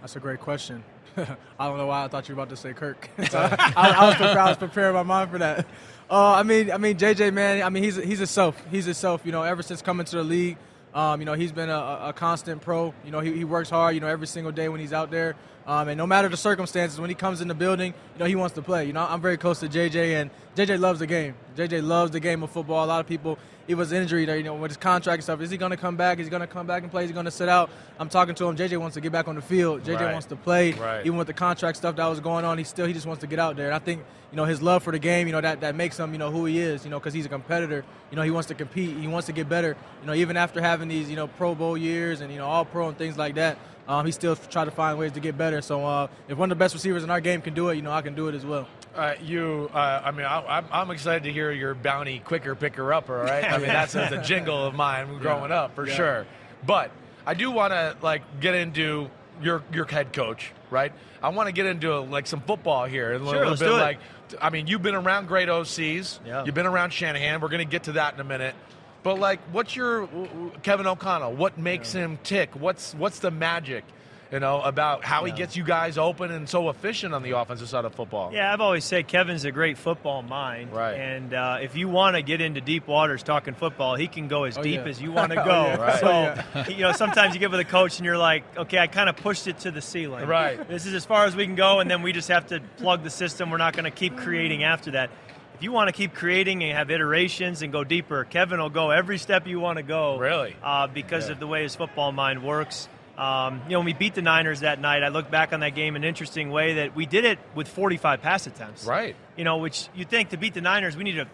Speaker 10: that's a great question. I don't know why I thought you were about to say Kirk. I, I was prepared, I was preparing my mind for that. Uh, I mean, I mean, JJ, man, I mean, he's he's himself. He's himself. You know, ever since coming to the league, um, you know, he's been a- a, a constant pro. You know, he, he works hard. You know, every single day when he's out there, um, and no matter the circumstances, when he comes in the building, you know, he wants to play. You know, I'm very close to JJ, and JJ loves the game. JJ loves the game of football. A lot of people, it was injury there, you know, with his contract and stuff. Is he going to come back? Is he going to come back and play? Is he going to sit out? I'm talking to him. JJ wants to get back on the field. JJ
Speaker 5: Right.
Speaker 10: wants to play.
Speaker 5: Right.
Speaker 10: Even with the contract stuff that was going on, he still he just wants to get out there. And I think you know his love for the game, you know that that makes him you know who he is. You know because he's a competitor. You know he wants to compete. He wants to get better. You know even after having these you know Pro Bowl years and you know All Pro and things like that, um, he still try to find ways to get better. So uh, if one of the best receivers in our game can do it, you know I can do it as well.
Speaker 5: Uh, you, uh, I mean, I, I'm, I'm excited to hear your bounty quicker picker upper. All right, I mean that's a, a jingle of mine growing up for sure. But I do want to like get into your your head coach, right? I want to get into like some football here and a
Speaker 9: Sure,
Speaker 5: little
Speaker 9: let's
Speaker 5: bit
Speaker 9: do it.
Speaker 5: like, I mean, you've been around great OCs,
Speaker 9: Yeah.
Speaker 5: you've been around Shanahan. We're gonna get to that in a minute. But like, what's your w- w- Kevin O'Connell? What makes him tick? What's what's the magic? You know about how he gets you guys open and so efficient on the offensive side of football.
Speaker 9: Yeah, I've always said Kevin's a great football mind.
Speaker 5: Right.
Speaker 9: And uh, if you want to get into deep waters talking football, he can go as
Speaker 5: Oh,
Speaker 9: deep
Speaker 10: yeah.
Speaker 9: as you want to go.
Speaker 5: Right. Oh,
Speaker 9: So, you know, sometimes you get with a coach and you're like, okay, I kind of pushed it to the ceiling.
Speaker 5: Right.
Speaker 9: This is as far as we can go, and then we just have to plug the system. We're not going to keep creating after that. If you want to keep creating and have iterations and go deeper, Kevin will go every step you want to go.
Speaker 5: Really?
Speaker 9: Uh, because of the way his football mind works. Um, you know, when we beat the Niners that night, I look back on that game in an interesting way that we did it with 45 pass attempts.
Speaker 5: Right.
Speaker 9: You know, which you think to beat the Niners, we need to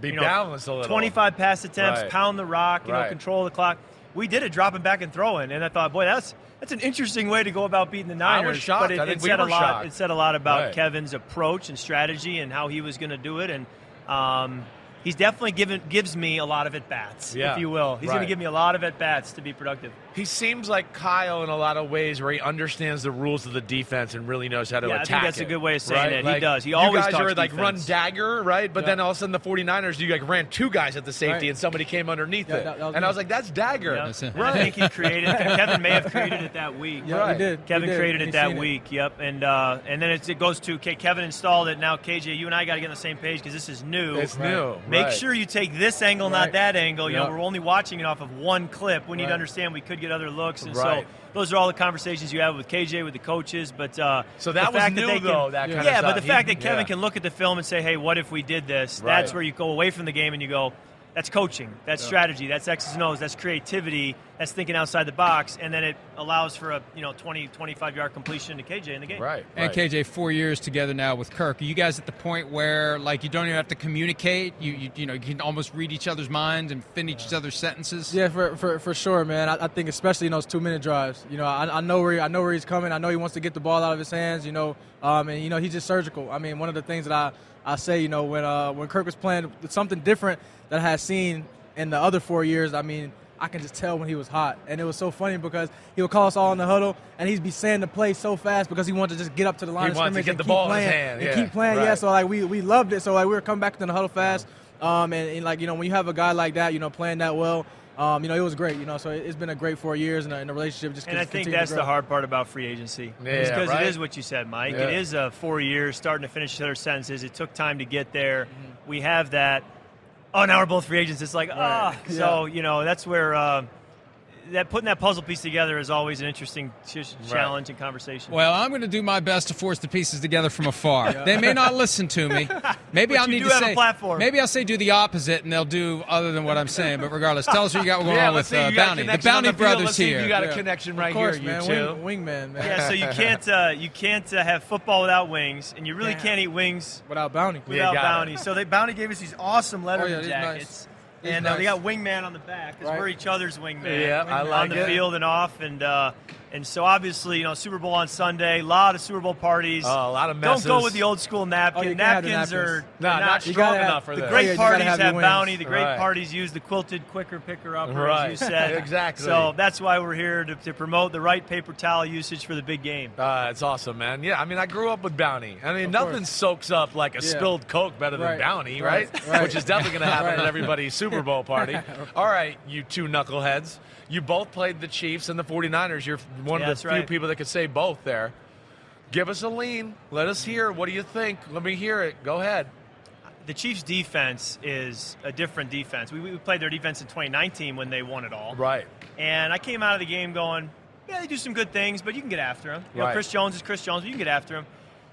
Speaker 5: Be
Speaker 9: you know,
Speaker 5: balanced a little.
Speaker 9: 25 pass attempts,
Speaker 5: Right.
Speaker 9: pound the rock, you know,
Speaker 5: Right.
Speaker 9: control the clock. We did it, dropping back and throwing, and I thought, boy, that's that's an interesting way to go about beating the
Speaker 5: I was
Speaker 9: Niners.
Speaker 5: shocked.
Speaker 9: But it,
Speaker 5: I
Speaker 9: it
Speaker 5: think we
Speaker 9: said
Speaker 5: were
Speaker 9: a lot.
Speaker 5: shocked.
Speaker 9: It said a lot about
Speaker 5: Right.
Speaker 9: Kevin's approach and strategy and how he was going to do it, and um, he's definitely given gives me a lot of at bats,
Speaker 5: Yeah.
Speaker 9: if you will. He's going
Speaker 5: Right.
Speaker 9: to give me a lot of at bats to be productive.
Speaker 5: He seems like Kyle in a lot of ways where he understands the rules of the defense and really knows how to
Speaker 9: Yeah, I think
Speaker 5: attack.
Speaker 9: that's a
Speaker 5: it,
Speaker 9: good way of saying
Speaker 5: right?
Speaker 9: it. He
Speaker 5: Like,
Speaker 9: does. He
Speaker 5: you
Speaker 9: always
Speaker 5: guys
Speaker 9: talks
Speaker 5: are like run
Speaker 9: defense.
Speaker 5: dagger, right? But
Speaker 7: Yeah.
Speaker 5: then all of a sudden the 49ers, you like ran two guys at the safety
Speaker 10: Right.
Speaker 5: and somebody came underneath
Speaker 10: Yeah,
Speaker 5: it.
Speaker 10: that- that was
Speaker 5: and
Speaker 10: me.
Speaker 5: I was like, that's dagger.
Speaker 9: Yeah.
Speaker 7: That's it.
Speaker 9: And I think he created. Kevin may have created it that week.
Speaker 10: Yeah,
Speaker 5: Right.
Speaker 10: we did. we
Speaker 9: Kevin
Speaker 10: did,
Speaker 9: created
Speaker 10: and
Speaker 9: it
Speaker 10: he
Speaker 9: that
Speaker 10: seen
Speaker 9: week. Yep, and uh, and then it's, it goes to okay. Kevin installed it. Now KJ, you and I got to get on the same page because this is new.
Speaker 5: It's new.
Speaker 9: Make
Speaker 5: right.
Speaker 9: sure you take this angle, not
Speaker 10: Right.
Speaker 9: that angle. You
Speaker 10: Yep.
Speaker 9: know, we're only watching it off of one clip. We need
Speaker 10: Right.
Speaker 9: to understand we could get other looks, and
Speaker 5: Right.
Speaker 9: so those are all the conversations you have with KJ, with the coaches. But uh,
Speaker 5: So that
Speaker 9: the
Speaker 5: was
Speaker 9: fact
Speaker 5: new,
Speaker 9: that they
Speaker 5: though,
Speaker 9: Can,
Speaker 5: that
Speaker 9: yeah,
Speaker 5: kind of
Speaker 9: but
Speaker 5: stuff.
Speaker 9: the
Speaker 5: He-
Speaker 9: fact that Kevin
Speaker 5: yeah.
Speaker 9: can look at the film and say, "Hey, what if we did this?"
Speaker 5: Right.
Speaker 9: That's where you go away from the game and you go, "That's coaching. That's strategy. That's X's and O's. That's creativity. That's thinking outside the box." And then it allows for a you know 20, 25 yard completion to KJ in the game.
Speaker 5: Right.
Speaker 7: And
Speaker 5: right.
Speaker 7: KJ, four years together now with Kirk. Are you guys at the point where like you don't even have to communicate? You you, you know you can almost read each other's minds and fin each other's sentences.
Speaker 10: Yeah, for, for, for sure, man. I, I think especially in those two minute drives. You know, I, I know where he, I know where he's coming. I know he wants to get the ball out of his hands. You know, um, and you know he's just surgical. I mean, one of the things that I, I say, you know, when uh, when Kirk was playing something different that I had seen in the other four years. I mean, I can just tell when he was hot, and it was so funny because he would call us all in the huddle, and he'd be saying the play so fast because he wanted to just get up to the line
Speaker 5: He
Speaker 10: of
Speaker 5: wanted to
Speaker 10: scrimmage
Speaker 5: get
Speaker 10: and
Speaker 5: the
Speaker 10: keep
Speaker 5: ball in his
Speaker 10: playing
Speaker 5: hand,
Speaker 10: and
Speaker 5: yeah,
Speaker 10: keep playing. Yeah,
Speaker 5: right.
Speaker 10: so like we, we loved it. So like we were coming back to the huddle fast. Um, and, and, like you know when you have a guy like that, you know playing that well, um, you know it was great. You know, so it, has been a great four years, and, a- and the relationship just.
Speaker 9: And
Speaker 10: con-
Speaker 9: I think
Speaker 10: continued to
Speaker 9: that's
Speaker 10: grow.
Speaker 9: the hard part about free agency.
Speaker 5: Yeah,
Speaker 9: because
Speaker 5: right.
Speaker 9: it is what you said, Mike. It
Speaker 5: Yeah.
Speaker 9: is a four years starting to finish each other's sentences. It took time to get there.
Speaker 5: Mm-hmm.
Speaker 9: We have that. Oh, now we're both free agents. It's like, ah.
Speaker 10: Yeah.
Speaker 9: So, you know, that's where uh, that putting that puzzle piece together is always an interesting ch- challenge and conversation.
Speaker 7: Well, I'm going to do my best to force the pieces together from afar. They may not listen to me. Maybe
Speaker 9: But
Speaker 7: I'll
Speaker 9: you
Speaker 7: need
Speaker 9: do
Speaker 7: to
Speaker 9: have a
Speaker 7: say.
Speaker 9: platform.
Speaker 7: Maybe I'll say do the opposite, and they'll do other than what I'm saying. But regardless, tell us what you got going
Speaker 5: yeah,
Speaker 7: on
Speaker 5: let's
Speaker 7: with
Speaker 5: see,
Speaker 7: uh,
Speaker 5: you got a
Speaker 7: Bounty. The
Speaker 5: connection on
Speaker 7: Bounty
Speaker 5: field.
Speaker 7: Brothers
Speaker 5: Let's see if
Speaker 7: here.
Speaker 5: You got a
Speaker 10: Yeah.
Speaker 5: connection
Speaker 10: Of
Speaker 5: right
Speaker 10: course,
Speaker 5: here,
Speaker 10: man.
Speaker 5: you two.
Speaker 10: Wing, wingman, man.
Speaker 9: yeah, so you can't uh, you can't uh, have football without wings, and you really
Speaker 10: Yeah.
Speaker 9: can't eat wings
Speaker 10: Without bounty.
Speaker 9: without
Speaker 5: got it.
Speaker 9: Bounty. So they Bounty gave us these awesome
Speaker 10: Oh, yeah,
Speaker 9: Letterman
Speaker 10: these
Speaker 9: jackets.
Speaker 10: These
Speaker 9: And uh, they
Speaker 10: nice.
Speaker 9: got wingman on the back because
Speaker 10: Right.
Speaker 9: we're each other's wingman.
Speaker 5: Yeah, I
Speaker 9: Wingman.
Speaker 5: like
Speaker 9: on the
Speaker 5: it.
Speaker 9: field and off, and uh, and so obviously you know Super Bowl on Sunday, a lot of Super Bowl parties.
Speaker 5: Oh, a lot of messes.
Speaker 9: Don't go with the old school napkin.
Speaker 10: Oh, you can't have the
Speaker 9: napkins, are
Speaker 10: napkins.
Speaker 5: No,
Speaker 9: they're
Speaker 5: not
Speaker 9: not
Speaker 10: You
Speaker 5: strong
Speaker 10: gotta have-
Speaker 5: enough for
Speaker 10: the
Speaker 9: the
Speaker 5: this.
Speaker 9: great
Speaker 10: Yeah, you gotta
Speaker 9: parties
Speaker 10: have
Speaker 9: have,
Speaker 10: your wings.
Speaker 9: bounty. The great
Speaker 5: Right.
Speaker 9: parties use the quilted quicker picker up,
Speaker 5: Right.
Speaker 9: as you said.
Speaker 5: Exactly.
Speaker 9: So that's why we're here to, to promote the right paper towel usage for the big game.
Speaker 5: Uh, it's awesome, man. Yeah, I mean, I grew up with Bounty. I mean,
Speaker 10: Of
Speaker 5: nothing
Speaker 10: course.
Speaker 5: soaks up like a
Speaker 10: Yeah.
Speaker 5: spilled Coke better than
Speaker 10: Right.
Speaker 5: Bounty, right?
Speaker 10: Right. Right.
Speaker 5: Which is definitely going to happen at
Speaker 10: Right.
Speaker 5: everybody's Super Bowl party. All right, you two knuckleheads. You both played the Chiefs and the 49ers. You're one
Speaker 9: Yeah,
Speaker 5: of the
Speaker 9: that's
Speaker 5: few
Speaker 9: right.
Speaker 5: people that could say both there. Give us a lean. Let us hear. What do you think? Let me hear it. Go ahead.
Speaker 9: the Chiefs' defense is a different defense. We, we played their defense in 2019 when they won it all.
Speaker 5: Right.
Speaker 9: And I came out of the game going, yeah, they do some good things, but you can get after them. You know,
Speaker 5: Right.
Speaker 9: Chris Jones is Chris Jones, but you can get after him.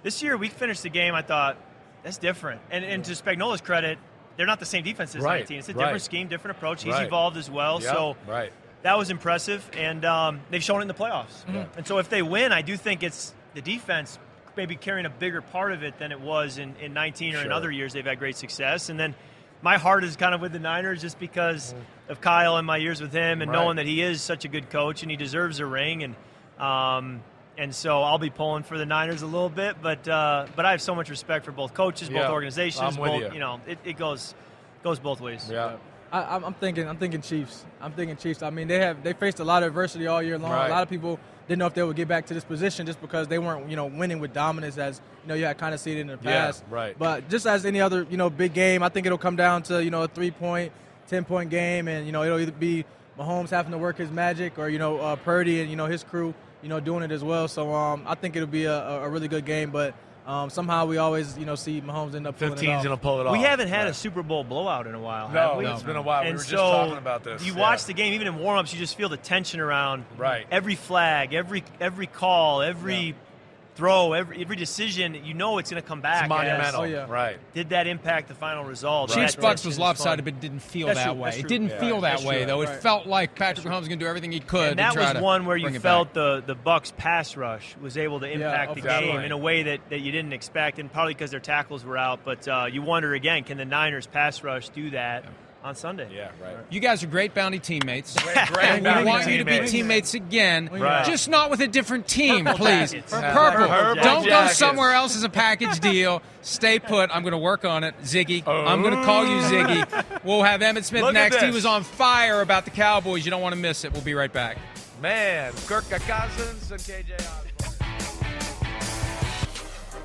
Speaker 9: This year, we finished the game, I thought, that's different. And, and to Spagnola's credit, they're not the same defense as
Speaker 5: Right,
Speaker 9: 19. It's a
Speaker 5: right.
Speaker 9: different scheme, different approach. He's
Speaker 5: Right.
Speaker 9: evolved as well.
Speaker 5: Yeah,
Speaker 9: So
Speaker 5: right. Mm-hmm.
Speaker 9: that was impressive, and um, they've shown it in the playoffs. And so if they win, I do think it's the defense maybe carrying a bigger part of it than it was in, in 19 or in
Speaker 5: Sure.
Speaker 9: other years. They've had great success. And then my heart is kind of with the Niners just because of Kyle and my years with him and
Speaker 5: Mm-hmm. Right.
Speaker 9: knowing that he is such a good coach and he deserves a ring. And um, and so I'll be pulling for the Niners a little bit, but uh, but I have so much respect for both coaches,
Speaker 5: Yeah,
Speaker 9: both organizations,
Speaker 5: I'm with
Speaker 9: both
Speaker 5: you.
Speaker 9: know it, it goes goes both ways.
Speaker 5: Yeah.
Speaker 10: I, I'm- I'm thinking. I'm thinking Chiefs. I'm thinking Chiefs. I mean, they have they faced a lot of adversity all year long.
Speaker 5: Right.
Speaker 10: A lot of people didn't know if they would get back to this position just because they weren't, you know, winning with dominance as you know you had kind of seen it in the
Speaker 5: Yeah,
Speaker 10: past.
Speaker 5: right.
Speaker 10: But just as any other, you know, big game, I think it'll come down to you know a three point, ten point game, and you know it'll either be Mahomes having to work his magic or you know uh, Purdy and you know his crew, you know, doing it as well. So um, I think it'll be a, a a really good game, but. Um, somehow we always, you know, see Mahomes end up pulling it
Speaker 5: 15's
Speaker 10: off.
Speaker 5: going to pull it off.
Speaker 9: We haven't had a
Speaker 5: Right.
Speaker 9: Super Bowl blowout in a while. have
Speaker 5: No,
Speaker 9: we?
Speaker 5: it's been a while. we
Speaker 9: And
Speaker 5: were just
Speaker 9: so
Speaker 5: talking about this.
Speaker 9: You
Speaker 5: Yeah.
Speaker 9: watch the game, even in warm-ups, you just feel the tension around
Speaker 5: Right.
Speaker 9: every flag, every every call, every throw, every every decision, you know it's going to come back.
Speaker 5: It's
Speaker 9: as,
Speaker 5: monumental. Right.
Speaker 9: Did that impact the final result?
Speaker 7: Oh, Chiefs
Speaker 9: That
Speaker 7: Bucks
Speaker 9: decision
Speaker 7: was
Speaker 9: is
Speaker 7: lopsided,
Speaker 9: fun.
Speaker 7: but it didn't feel
Speaker 9: That's
Speaker 7: that
Speaker 9: true,
Speaker 7: way.
Speaker 9: that's
Speaker 7: It
Speaker 9: true.
Speaker 7: didn't
Speaker 9: Yeah,
Speaker 7: feel
Speaker 9: that's
Speaker 7: that way
Speaker 9: true.
Speaker 7: though.
Speaker 9: Right.
Speaker 7: It felt like Patrick Mahomes going to do everything he could.
Speaker 9: And that
Speaker 7: try
Speaker 9: was
Speaker 7: to
Speaker 9: one where you
Speaker 7: bring it
Speaker 9: felt
Speaker 7: back.
Speaker 9: the, the Bucks pass rush was able to impact the
Speaker 5: definitely.
Speaker 9: game in a way that, that you didn't expect, and probably because their tackles were out. But uh, you wonder again, can the Niners pass rush do that on Sunday?
Speaker 5: Yeah, right.
Speaker 7: You guys are great bounty teammates.
Speaker 5: great
Speaker 7: and we
Speaker 5: bounty
Speaker 7: want you to be
Speaker 5: teammates.
Speaker 7: teammates again,
Speaker 9: Right.
Speaker 7: just not with a different team,
Speaker 9: Purple
Speaker 7: please.
Speaker 9: jackets.
Speaker 5: Purple
Speaker 7: Purple.
Speaker 9: jackets.
Speaker 7: Don't go
Speaker 5: jackets.
Speaker 7: somewhere else as a package deal. Stay put. I'm going to work on it, Ziggy. I'm going to call you Ziggy. We'll have Emmett Smith
Speaker 5: Oh. Look at
Speaker 7: next. He
Speaker 5: this.
Speaker 7: was on fire about the Cowboys. You don't want to miss it. We'll be right back.
Speaker 5: Man, Kirk Cousins and KJ Osborne.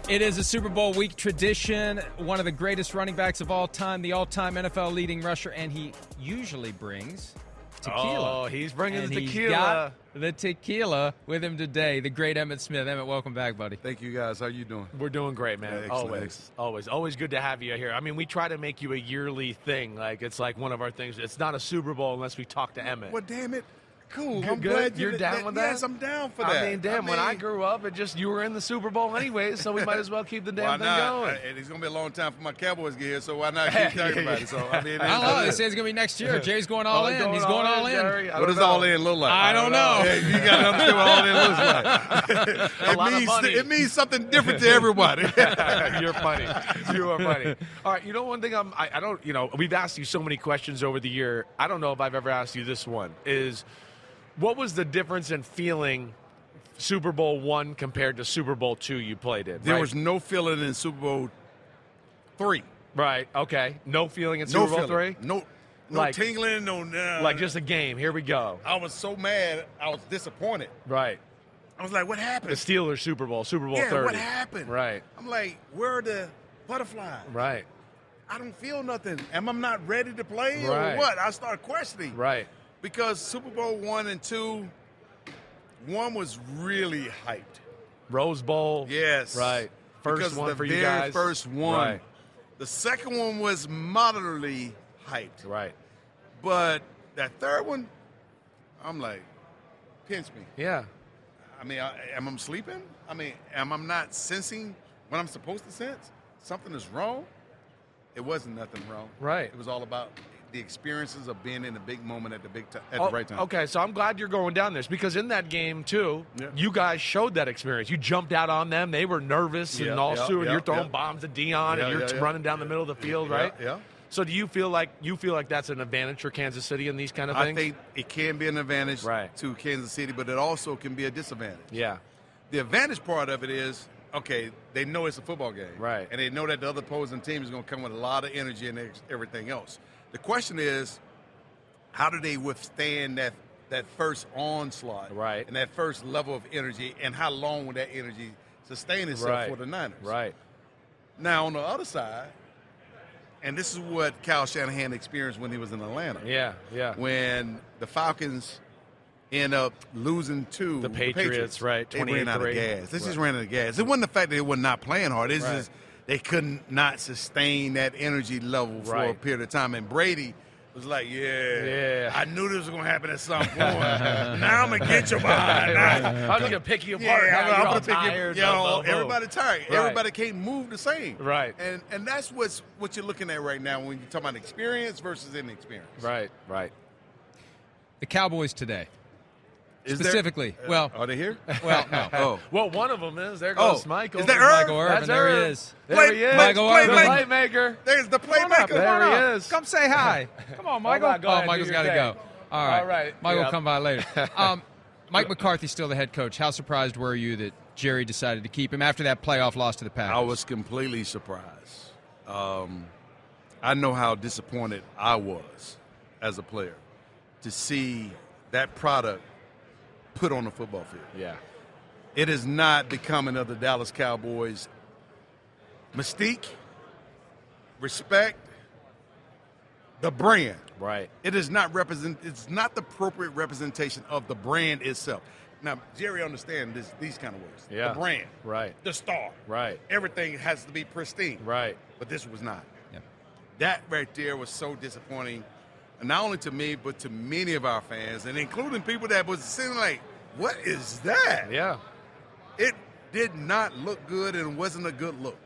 Speaker 7: It is a Super Bowl week tradition. One of the greatest running backs of all time, the all-time NFL leading rusher, and he usually brings tequila.
Speaker 5: Oh, he's bringing
Speaker 7: and
Speaker 5: the
Speaker 7: he's
Speaker 5: tequila.
Speaker 7: got the tequila with him today. The great Emmett Smith. Emmett, welcome back, buddy.
Speaker 11: Thank you guys. How you doing?
Speaker 5: We're doing great, man.
Speaker 11: Yeah, excellent,
Speaker 5: always,
Speaker 11: excellent.
Speaker 5: always, always good to have you here. I mean, we try to make you a yearly thing. Like it's like one of our things. It's not a Super Bowl unless we talk to Emmett.
Speaker 11: Well, damn it. Cool.
Speaker 5: You're
Speaker 11: I'm
Speaker 5: good?
Speaker 11: glad you
Speaker 5: You're
Speaker 11: did
Speaker 5: down with that?
Speaker 11: Yes, I'm down for that.
Speaker 5: I mean, damn. when I grew up, it just you were in the Super Bowl anyway, so we might as well keep the damn
Speaker 11: why
Speaker 5: thing
Speaker 11: not?
Speaker 5: going.
Speaker 11: And it's gonna be a long time for my Cowboys to get here, so why not keep talking about it? So I mean, it
Speaker 7: I
Speaker 11: is
Speaker 7: don't know.
Speaker 11: what it
Speaker 7: They
Speaker 11: is.
Speaker 7: say it's going to be next year. Jerry's going all
Speaker 5: Oh,
Speaker 7: in. He's going all in.
Speaker 5: Jerry. I
Speaker 11: what
Speaker 5: don't
Speaker 11: does all
Speaker 5: know.
Speaker 11: in look like?
Speaker 7: I don't know.
Speaker 11: Yeah, you gotta understand what all in looks like. it
Speaker 5: lot of
Speaker 11: means
Speaker 5: money.
Speaker 11: it means something different to everybody.
Speaker 5: You're funny. You are funny. All right. You know, one thing I'm, I, I don't, you know, we've asked you so many questions over the year. I don't know if I've ever asked you this one is what was the difference in feeling Super Bowl one compared to Super Bowl two you played in?
Speaker 11: There
Speaker 5: right?
Speaker 11: was no feeling in Super Bowl three.
Speaker 5: right. Okay. No feeling in
Speaker 11: no
Speaker 5: Super Bowl
Speaker 11: feeling.
Speaker 5: three?
Speaker 11: No, no
Speaker 5: Like-
Speaker 11: tingling. No, uh, no.
Speaker 5: Like just a game. Here we go.
Speaker 11: I was so mad. I was disappointed.
Speaker 5: Right.
Speaker 11: I was like, what happened?
Speaker 5: The Steelers Super Bowl, Super Bowl
Speaker 11: uh, yeah,
Speaker 5: 30.
Speaker 11: what happened?
Speaker 5: Right.
Speaker 11: I'm like, where are the butterflies?
Speaker 5: Right.
Speaker 11: I don't feel nothing. Am I not ready to play
Speaker 5: Right.
Speaker 11: or what? I start questioning.
Speaker 5: Right.
Speaker 11: Because Super Bowl one and two, one was really hyped.
Speaker 5: Rose Bowl.
Speaker 11: Yes.
Speaker 5: Right. First
Speaker 11: because
Speaker 5: one
Speaker 11: the
Speaker 5: for you
Speaker 11: very
Speaker 5: guys.
Speaker 11: first one.
Speaker 5: Right.
Speaker 11: The second one was moderately hyped.
Speaker 5: Right.
Speaker 11: But that third one, I'm like, pinch me.
Speaker 5: Yeah.
Speaker 11: I mean, I, am I sleeping? I mean, am I not sensing what I'm supposed to sense? Something is wrong. It wasn't nothing wrong.
Speaker 5: Right.
Speaker 11: It was all about the experiences of being in the big moment at the big time at
Speaker 5: Oh,
Speaker 11: the right time.
Speaker 5: Okay, so I'm glad you're going down this because in that game too,
Speaker 11: Yeah.
Speaker 5: you guys showed that experience. You jumped out on them; they were nervous
Speaker 11: Yeah,
Speaker 5: and all
Speaker 11: yeah,
Speaker 5: through. and
Speaker 11: yeah,
Speaker 5: you're throwing
Speaker 11: yeah.
Speaker 5: bombs at Dion,
Speaker 11: Yeah,
Speaker 5: and you're
Speaker 11: yeah,
Speaker 5: t-
Speaker 11: yeah.
Speaker 5: running down the middle of the field, right?
Speaker 11: yeah.
Speaker 5: So do you feel like you feel like that's an advantage for Kansas City in these kind of
Speaker 11: I
Speaker 5: things?
Speaker 11: think it can be an advantage
Speaker 5: Right.
Speaker 11: to Kansas City, but it also can be a disadvantage.
Speaker 5: yeah,
Speaker 11: The advantage part of it is okay, they know it's a football game.
Speaker 5: Right.
Speaker 11: And they know that the other opposing team is going to come with a lot of energy and ex- everything else. The question is, how do they withstand that that first onslaught
Speaker 5: Right.
Speaker 11: and that first level of energy and how long will that energy sustain itself
Speaker 5: right.
Speaker 11: for the Niners?
Speaker 5: right?
Speaker 11: Now on the other side, and this is what Kyle Shanahan experienced when he was in Atlanta
Speaker 5: Yeah, yeah.
Speaker 11: when the Falcons end up losing to
Speaker 5: The Patriots, right,
Speaker 11: They ran out of
Speaker 5: 28-3.
Speaker 11: gas. They just ran out of gas. It wasn't the fact that they were not playing hard. It's
Speaker 5: Right.
Speaker 11: just they couldn't not sustain that energy level for a
Speaker 5: Right.
Speaker 11: period of time. And Brady was like, yeah,
Speaker 5: Yeah.
Speaker 11: I knew this was going to happen at some point. now I'm going to get your behind. Now-
Speaker 5: I'm just gonna pick you
Speaker 11: yeah,
Speaker 5: apart. now.
Speaker 11: I'm,
Speaker 5: You're
Speaker 11: I'm
Speaker 5: all
Speaker 11: gonna pick you-
Speaker 5: tired.
Speaker 11: you
Speaker 5: Blah,
Speaker 11: know,
Speaker 5: blah, blah.
Speaker 11: everybody tired.
Speaker 5: Right.
Speaker 11: Everybody can't move the same.
Speaker 5: Right.
Speaker 11: And and that's what's what you're looking at right now when you're talking about experience versus inexperience.
Speaker 5: Right, right.
Speaker 7: The Cowboys today.
Speaker 11: Is there-
Speaker 7: Specifically. well,
Speaker 11: Are they here?
Speaker 7: well, no.
Speaker 11: Oh.
Speaker 5: Well, one of them is there goes
Speaker 11: Oh,
Speaker 5: Michael.
Speaker 11: is that
Speaker 5: That's
Speaker 11: Irv?
Speaker 7: Michael Irvin,
Speaker 5: That's
Speaker 7: there
Speaker 5: Irv.
Speaker 7: he is.
Speaker 5: There
Speaker 11: Play-
Speaker 5: he is.
Speaker 7: Michael
Speaker 5: The
Speaker 11: Irvin.
Speaker 5: playmaker.
Speaker 11: There's the
Speaker 5: up,
Speaker 11: playmaker.
Speaker 5: there he
Speaker 11: Come on
Speaker 5: is.
Speaker 7: Come say hi. Come on,
Speaker 5: Michael. Hold on, go ahead,
Speaker 7: oh,
Speaker 5: do
Speaker 7: Michael's
Speaker 5: your
Speaker 7: got to
Speaker 5: thing.
Speaker 7: go. All right.
Speaker 5: All right,
Speaker 7: Michael,
Speaker 5: yeah.
Speaker 7: come by later. Um, Mike McCarthy's still the head coach. How surprised were you that Jerry decided to keep him after that playoff loss to the Packers?
Speaker 11: I was completely surprised. Um, I know how disappointed I was as a player to see that product put on the football field.
Speaker 5: Yeah.
Speaker 11: It is not becoming of the Dallas Cowboys mystique, respect, the brand.
Speaker 5: Right.
Speaker 11: It is not represent. It's not the appropriate representation of the brand itself. Now, Jerry, understand this, these kind of words.
Speaker 5: Yeah.
Speaker 11: The brand,
Speaker 5: Right.
Speaker 11: the star,
Speaker 5: Right.
Speaker 11: Everything has to be pristine,
Speaker 5: Right.
Speaker 11: But this was not.
Speaker 7: Yeah.
Speaker 11: That right there was so disappointing, not only to me but to many of our fans, and including people that was sitting like, "What is that?"
Speaker 5: Yeah.
Speaker 11: It did not look good and wasn't a good look.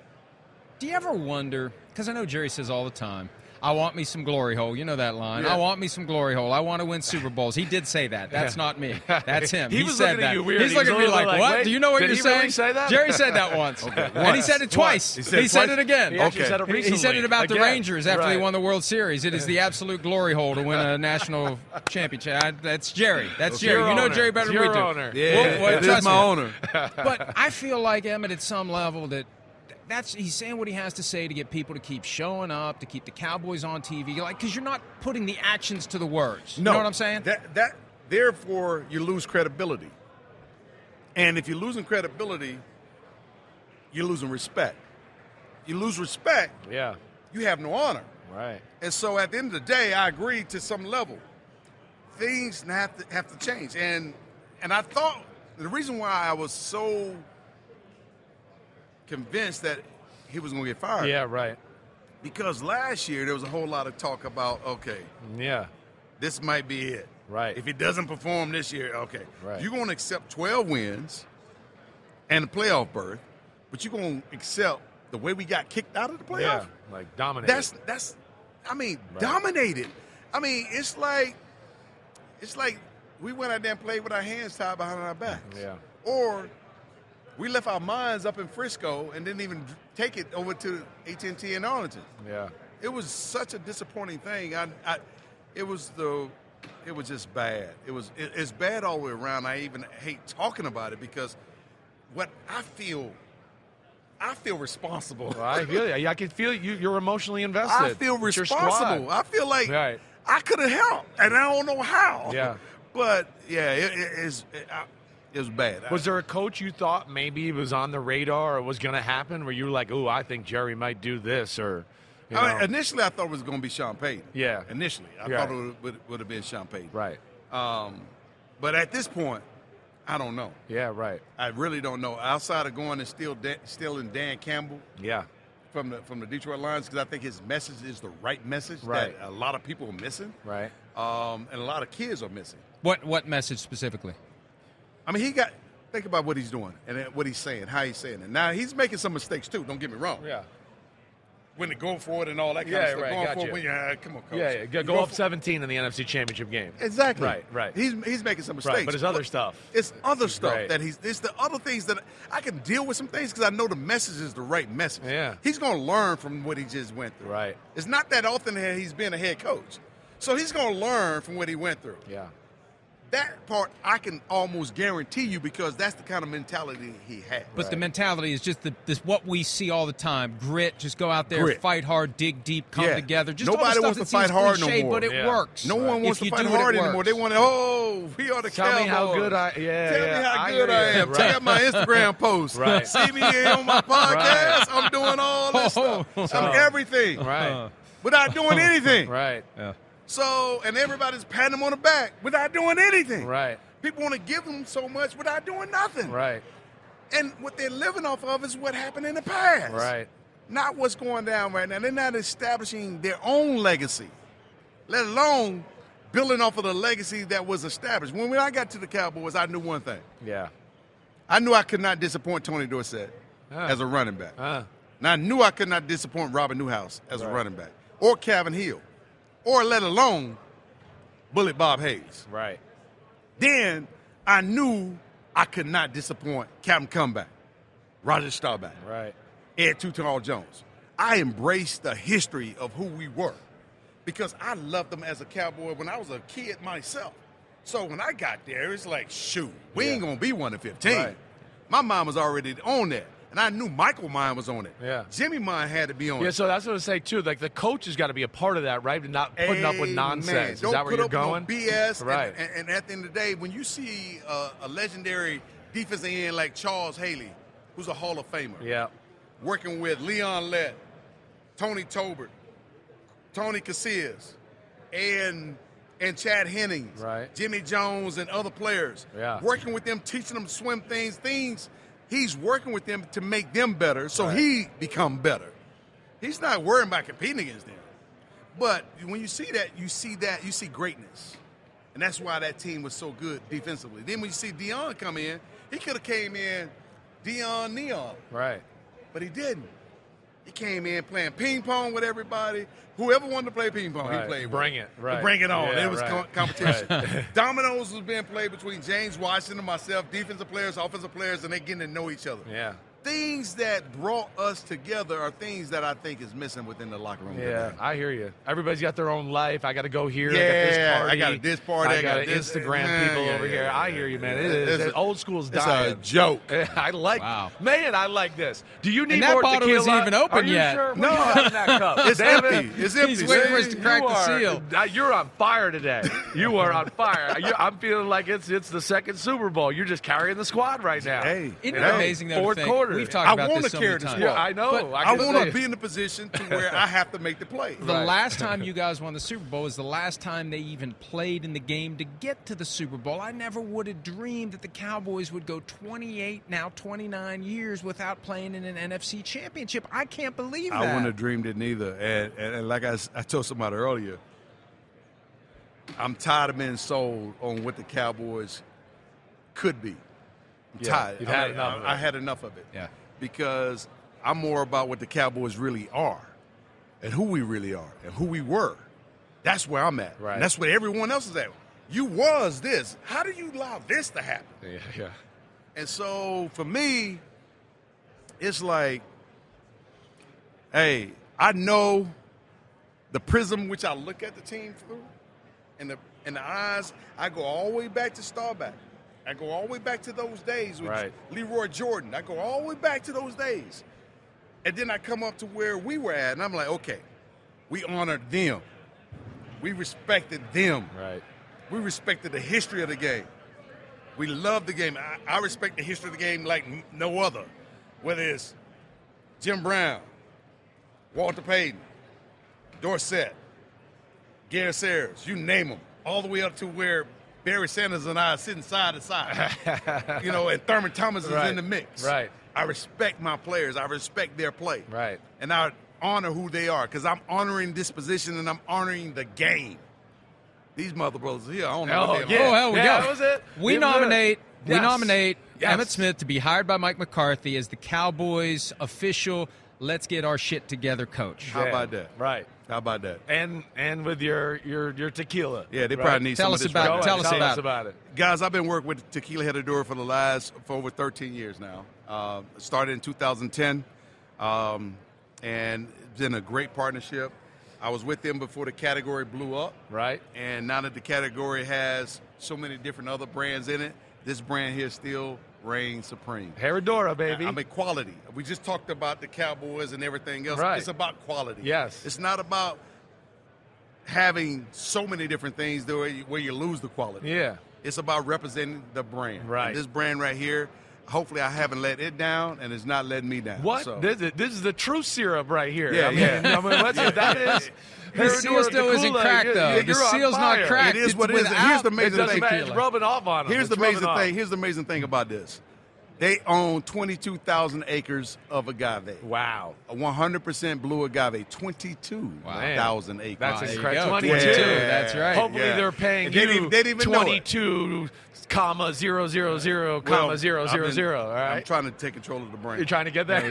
Speaker 7: Do you ever wonder? Because I know Jerry says all the time, "I want me some glory hole." You know that line.
Speaker 11: Yeah.
Speaker 7: I want me some glory hole. I want to win Super Bowls. He did say that. That's
Speaker 5: Yeah.
Speaker 7: not me. That's him.
Speaker 5: He was
Speaker 7: said
Speaker 5: looking at
Speaker 7: that.
Speaker 5: you weird.
Speaker 7: He's
Speaker 5: He was
Speaker 7: looking at me
Speaker 5: looking
Speaker 7: like,
Speaker 5: like,
Speaker 7: "What?
Speaker 5: wait,
Speaker 7: Do you know what
Speaker 5: did
Speaker 7: you're
Speaker 5: he
Speaker 7: saying?"
Speaker 5: really say that?
Speaker 7: Jerry said that once,
Speaker 5: Okay,
Speaker 7: and he
Speaker 5: once.
Speaker 7: said it
Speaker 5: Once.
Speaker 7: twice.
Speaker 5: He said twice?
Speaker 7: it again.
Speaker 5: He actually Okay. said it
Speaker 7: He said
Speaker 5: recently.
Speaker 7: it about the
Speaker 5: Again.
Speaker 7: Rangers after they
Speaker 5: Right.
Speaker 7: won the World Series. It is the absolute glory hole to win a national championship. I, that's Jerry. That's
Speaker 11: It's
Speaker 7: Jerry.
Speaker 11: your
Speaker 7: You know
Speaker 11: honor.
Speaker 7: Jerry better
Speaker 11: It's
Speaker 7: than
Speaker 11: your
Speaker 7: we do.
Speaker 11: honor. Yeah, it is
Speaker 7: trust
Speaker 11: my
Speaker 7: me.
Speaker 11: honor.
Speaker 7: but I feel like Emmett, at some level, that that's he's saying what he has to say to get people to keep showing up, to keep the Cowboys on TV, like because you're not putting the actions to the words. You know what I'm saying?
Speaker 11: That that therefore you lose credibility. And if you're losing credibility, you're losing respect. You lose respect,
Speaker 5: Yeah.
Speaker 11: you have no honor.
Speaker 5: Right.
Speaker 11: And so at the end of the day, I agree to some level. Things have to have to change. And and I thought the reason why I was so convinced that he was gonna get fired.
Speaker 5: Yeah, right.
Speaker 11: Because last year there was a whole lot of talk about, okay,
Speaker 5: Yeah.
Speaker 11: this might be it.
Speaker 5: Right.
Speaker 11: If he doesn't perform this year, okay.
Speaker 5: Right.
Speaker 11: You're going to accept 12 wins and a playoff berth, but you're going to accept the way we got kicked out of the playoff.
Speaker 5: Yeah. Like dominate.
Speaker 11: That's that's I mean, dominated. I mean, it's like it's like we went out there and played with our hands tied behind our backs.
Speaker 5: Yeah.
Speaker 11: Or we left our minds up in Frisco and didn't even take it over to AT&T in Arlington.
Speaker 5: Yeah.
Speaker 11: It was such a disappointing thing. I, I it was the it was just bad. It was it, it's bad all the way around. I even hate talking about it because what I feel I feel responsible.
Speaker 5: Well, I feel you. I can feel you. You're emotionally invested.
Speaker 11: I feel
Speaker 5: It's your squad.
Speaker 11: responsible. I feel like
Speaker 5: Right.
Speaker 11: I could have helped, and I don't know how.
Speaker 5: Yeah.
Speaker 11: But yeah, it, it, it's it, I, it was bad.
Speaker 5: Was there a coach you thought maybe was on the radar or was going to happen? Where you were like, "Oh, I think Jerry might do this," or you
Speaker 11: I mean,
Speaker 5: know.
Speaker 11: initially, I thought it was going to be Sean Payton.
Speaker 5: Yeah.
Speaker 11: Initially, I
Speaker 5: Right.
Speaker 11: thought it would, would, would have been Sean Payton.
Speaker 5: right?
Speaker 11: Um, but at this point, I don't know.
Speaker 5: Yeah, right.
Speaker 11: I really don't know. Outside of going and steal Dan, stealing Dan Campbell
Speaker 5: Yeah,
Speaker 11: from the from the Detroit Lions, because I think his message is the right message
Speaker 5: Right.
Speaker 11: that a lot of people are missing,
Speaker 5: right.
Speaker 11: um, and a lot of kids are missing.
Speaker 7: What what message specifically?
Speaker 11: I mean, he got think about what he's doing and what he's saying, how he's saying it. Now he's making some mistakes too. Don't get me wrong.
Speaker 5: Yeah,
Speaker 11: When to go for it and all that kind
Speaker 5: Yeah,
Speaker 11: of stuff.
Speaker 5: right,
Speaker 11: Going
Speaker 5: gotcha.
Speaker 11: for it when you ah, come on, coach.
Speaker 5: yeah. yeah. Go,
Speaker 11: You
Speaker 5: go up
Speaker 11: for-
Speaker 5: 17 in the NFC Championship game.
Speaker 11: Exactly.
Speaker 5: Right, right.
Speaker 11: He's he's making some mistakes.
Speaker 5: Right, but his other stuff.
Speaker 11: It's other stuff
Speaker 5: Right.
Speaker 11: that he's. It's the other things that I can deal with some things because I know the message is the right message.
Speaker 5: Yeah.
Speaker 11: He's going to learn from what he just went through.
Speaker 5: Right.
Speaker 11: It's not that often that he's been a head coach, so he's going to learn from what he went through.
Speaker 5: Yeah,
Speaker 11: That part I can almost guarantee you because that's the kind of mentality he had.
Speaker 7: But the mentality is just the, this what we see all the time: grit. Just go out there,
Speaker 11: Grit.
Speaker 7: fight hard, dig deep, come
Speaker 11: Yeah.
Speaker 7: together. Just
Speaker 11: Nobody
Speaker 7: all the stuff
Speaker 11: wants
Speaker 7: that
Speaker 11: to fight
Speaker 7: seems
Speaker 11: hard no
Speaker 7: cliche,
Speaker 11: more.
Speaker 7: But it
Speaker 5: Yeah.
Speaker 7: works.
Speaker 11: no one
Speaker 7: If
Speaker 11: wants to
Speaker 7: you
Speaker 11: fight
Speaker 7: do it, it
Speaker 11: hard anymore.
Speaker 7: works.
Speaker 11: They want to, oh, we are the
Speaker 5: tell me how
Speaker 11: Cowboys."
Speaker 5: good I. Yeah,
Speaker 11: Tell me
Speaker 5: yeah,
Speaker 11: how good
Speaker 5: hear
Speaker 11: I
Speaker 5: you.
Speaker 11: am.
Speaker 5: Right.
Speaker 11: Check out my Instagram post.
Speaker 5: Right.
Speaker 11: See me here on my podcast. I'm doing all this
Speaker 5: Oh,
Speaker 11: stuff. I'm everything
Speaker 5: Right,
Speaker 11: without doing anything.
Speaker 5: right,
Speaker 11: So, and everybody's patting him on the back without doing anything.
Speaker 5: right,
Speaker 11: People want to give him so much without doing nothing.
Speaker 5: right,
Speaker 11: And what they're living off of is what happened in the past.
Speaker 5: right.
Speaker 11: Not what's going down right now. They're not establishing their own legacy, let alone building off of the legacy that was established. When, when I got to the Cowboys, I knew one thing.
Speaker 5: Yeah.
Speaker 11: I knew I could not disappoint Tony Dorsett
Speaker 5: Ah.
Speaker 11: as a running back.
Speaker 5: Uh,
Speaker 11: And I knew I could not disappoint Robin Newhouse as a running back, or Calvin Hill, or let alone Bullet Bob Hayes.
Speaker 5: right.
Speaker 11: Then I knew I could not disappoint Captain Comeback, Roger Staubach,
Speaker 5: Right.
Speaker 11: Ed Tutal Jones. I embraced the history of who we were because I loved them as a cowboy when I was a kid myself. So when I got there, it's like, shoot, we ain't gonna be one of fifteen.
Speaker 5: Right.
Speaker 11: My mom was already on that, and I knew Michael mine was on it.
Speaker 5: Yeah.
Speaker 11: Jimmy mine had to be on
Speaker 5: Yeah,
Speaker 11: it.
Speaker 5: so that's what I was saying too. Like the coach has got to be a part of that, right? And not putting up with
Speaker 11: Amen.
Speaker 5: nonsense.
Speaker 11: Don't
Speaker 5: Is that where
Speaker 11: put
Speaker 5: you're
Speaker 11: up with no
Speaker 5: going?
Speaker 11: BS.
Speaker 5: Right.
Speaker 11: And, and, and at the end of the day, when you see uh, a legendary defensive end like Charles Haley, who's a Hall of Famer,
Speaker 5: yeah.
Speaker 11: working with Leon Lett, Tony Tobert, Tony Casillas, and and Chad Hennings,
Speaker 5: Right.
Speaker 11: Jimmy Jones, and other players.
Speaker 5: Yeah.
Speaker 11: Working with them, teaching them swim things, things. He's working with them to make them better, so
Speaker 5: Right.
Speaker 11: he become better. He's not worrying about competing against them. But when you see that, you see that, you see greatness. And that's why that team was so good defensively. Then when you see Dion come in, he could have came in Dion Neon.
Speaker 5: Right.
Speaker 11: But he didn't. He came in playing ping pong with everybody. Whoever wanted to play ping pong,
Speaker 5: Right.
Speaker 11: he played. with.
Speaker 5: Bring it, right.
Speaker 11: Bring it on.
Speaker 5: Yeah,
Speaker 11: it was
Speaker 5: right.
Speaker 11: co- competition.
Speaker 5: Right.
Speaker 11: Dominoes was being played between James Washington and myself, defensive players, offensive players, and they getting to know each other.
Speaker 5: Yeah.
Speaker 11: Things that brought us together are things that I think is missing within the locker room.
Speaker 5: Yeah, I hear you. Everybody's got their own life. I got to go here.
Speaker 11: Yeah,
Speaker 5: I
Speaker 11: I
Speaker 5: got
Speaker 11: gotta
Speaker 5: this
Speaker 11: this
Speaker 5: party.
Speaker 11: party, I
Speaker 5: gotta
Speaker 11: gotta this-
Speaker 5: Instagram
Speaker 11: yeah,
Speaker 5: people
Speaker 11: yeah,
Speaker 5: over
Speaker 11: yeah,
Speaker 5: here.
Speaker 11: yeah,
Speaker 5: I hear you, man. It
Speaker 11: yeah.
Speaker 5: is.
Speaker 11: It's
Speaker 5: that
Speaker 11: a-
Speaker 5: old school's
Speaker 11: it's a
Speaker 5: dying.
Speaker 11: joke.
Speaker 5: I like. Man, I like this. Do you need
Speaker 7: that
Speaker 5: more
Speaker 7: bottle
Speaker 5: tequila?
Speaker 7: isn't even open
Speaker 5: Are you
Speaker 7: yet.
Speaker 5: Sure?
Speaker 7: No.
Speaker 5: No, that cup.
Speaker 11: It's
Speaker 5: Damn it.
Speaker 11: empty. It's He's empty. waiting for us to
Speaker 5: You
Speaker 11: crack the
Speaker 5: are-
Speaker 11: seal.
Speaker 5: uh, You're on fire today. You are on fire. You- I'm feeling like it's it's the second Super Bowl. You're just carrying the squad right now. Hey,
Speaker 7: Isn't it amazing though to
Speaker 5: Fourth
Speaker 7: think-
Speaker 5: quarter.
Speaker 7: we've talked I about wanna this so many
Speaker 11: carry this times.
Speaker 5: Yeah, I know.
Speaker 7: But-
Speaker 11: I,
Speaker 5: can
Speaker 11: want
Speaker 5: see
Speaker 11: to
Speaker 5: it.
Speaker 11: be in the position to where I have to make the play.
Speaker 7: The last time you guys won the Super Bowl was the last time they even played in the game to get to the Super Bowl. I never would have dreamed that the Cowboys would go 28, now 29 years without playing in an NFC championship. I can't believe that.
Speaker 11: I wouldn't have dreamed it neither. And, and, and like I, s- I told somebody earlier, I'm tired of being sold on what the Cowboys could be. I'm
Speaker 5: Yeah,
Speaker 11: tired.
Speaker 5: you've
Speaker 11: I
Speaker 5: had
Speaker 11: mean,
Speaker 5: enough of
Speaker 11: I, I
Speaker 5: it.
Speaker 11: had enough of it.
Speaker 7: Yeah.
Speaker 11: Because I'm more about what the Cowboys really are and who we really are and who we were. That's where I'm at. Right. that's where everyone else is at. You was this. How do you allow this to happen?
Speaker 5: Yeah, yeah.
Speaker 11: And so for me, it's like, hey, I know the prism which I look at the team through, and the and the eyes. I go all the way back to Starback. I go all the way back to those days with
Speaker 5: Right.
Speaker 11: Leroy Jordan. I go all the way back to those days, and then I come up to where we were at, and I'm like, okay, we honored them, we respected them,
Speaker 5: right?
Speaker 11: We respected the history of the game. We love the game. I, I respect the history of the game like n- no other. Whether it's Jim Brown, Walter Payton, Dorsett, Gary Sayers, you name them, all the way up to where Barry Sanders and I are sitting side to side. you know, and Thurman Thomas is
Speaker 5: Right.
Speaker 11: in the mix.
Speaker 5: Right.
Speaker 11: I respect my players. I respect their play.
Speaker 5: Right.
Speaker 11: And I honor who they are because I'm honoring this position and I'm honoring the game. These mother brothers here, I don't know
Speaker 7: Oh,
Speaker 11: what they
Speaker 7: yeah.
Speaker 11: are.
Speaker 7: Oh, hell, we
Speaker 5: Yeah,
Speaker 7: go.
Speaker 5: that was it.
Speaker 7: We
Speaker 5: It was it.
Speaker 7: nominate. We
Speaker 5: Yes.
Speaker 7: nominate
Speaker 5: Yes.
Speaker 7: Emmett Smith to be hired by Mike McCarthy as the Cowboys' official. Let's get our shit together, coach.
Speaker 11: How about that?
Speaker 5: Right.
Speaker 11: How about that?
Speaker 5: And and with your your your tequila.
Speaker 11: Yeah, they
Speaker 5: right?
Speaker 11: probably need some
Speaker 7: Tell
Speaker 11: of
Speaker 7: us
Speaker 11: this
Speaker 7: about
Speaker 11: right
Speaker 7: it.
Speaker 11: now.
Speaker 7: Tell us
Speaker 5: Tell
Speaker 7: about
Speaker 5: us
Speaker 7: it.
Speaker 5: about it.
Speaker 11: Guys, I've been working with Tequila Herradura for the last for over 13 years now. Uh, started in 2010, um, and it's been a great partnership. I was with them before the category blew up,
Speaker 5: Right.
Speaker 11: and now that the category has so many different other brands in it, this brand here still reigns supreme.
Speaker 5: Herradura, baby.
Speaker 11: I mean, quality. We just talked about the Cowboys and everything else.
Speaker 5: Right.
Speaker 11: It's about quality.
Speaker 5: Yes.
Speaker 11: It's not about having so many different things the way you- where you lose the quality.
Speaker 5: yeah.
Speaker 11: It's about representing the brand.
Speaker 5: Right.
Speaker 11: And this brand right here, hopefully I haven't let it down and it's not letting me down.
Speaker 5: What?
Speaker 11: So-
Speaker 5: This, is, this is the true syrup right here.
Speaker 11: Yeah,
Speaker 5: I mean,
Speaker 11: yeah.
Speaker 5: I mean, what's- that is.
Speaker 7: The seal still isn't cracked, though. The seal's not cracked.
Speaker 11: It is
Speaker 7: It's
Speaker 11: what it is. And Here's
Speaker 7: without-
Speaker 11: the amazing
Speaker 5: It doesn't
Speaker 11: thing.
Speaker 5: matter. It's rubbing off on 'em.
Speaker 11: Here's the
Speaker 5: It's rubbing
Speaker 11: amazing
Speaker 5: off.
Speaker 11: thing. Here's the amazing thing about this. They own 22,000 acres of agave.
Speaker 5: Wow.
Speaker 11: A 100% blue agave, 22,000 acres.
Speaker 5: That's
Speaker 7: there you
Speaker 5: incredible.
Speaker 7: go.
Speaker 5: 22.
Speaker 7: 22, that's right.
Speaker 5: Hopefully
Speaker 11: Yeah.
Speaker 5: they're paying
Speaker 11: And they
Speaker 5: you
Speaker 11: didn't even- they didn't even know it.
Speaker 5: 22
Speaker 11: Well,
Speaker 5: comma 000 comma zero
Speaker 11: I've
Speaker 5: zero
Speaker 11: been-
Speaker 5: zero. All
Speaker 11: I'm
Speaker 5: right.
Speaker 11: trying to take control of the brand.
Speaker 5: You're trying to get that?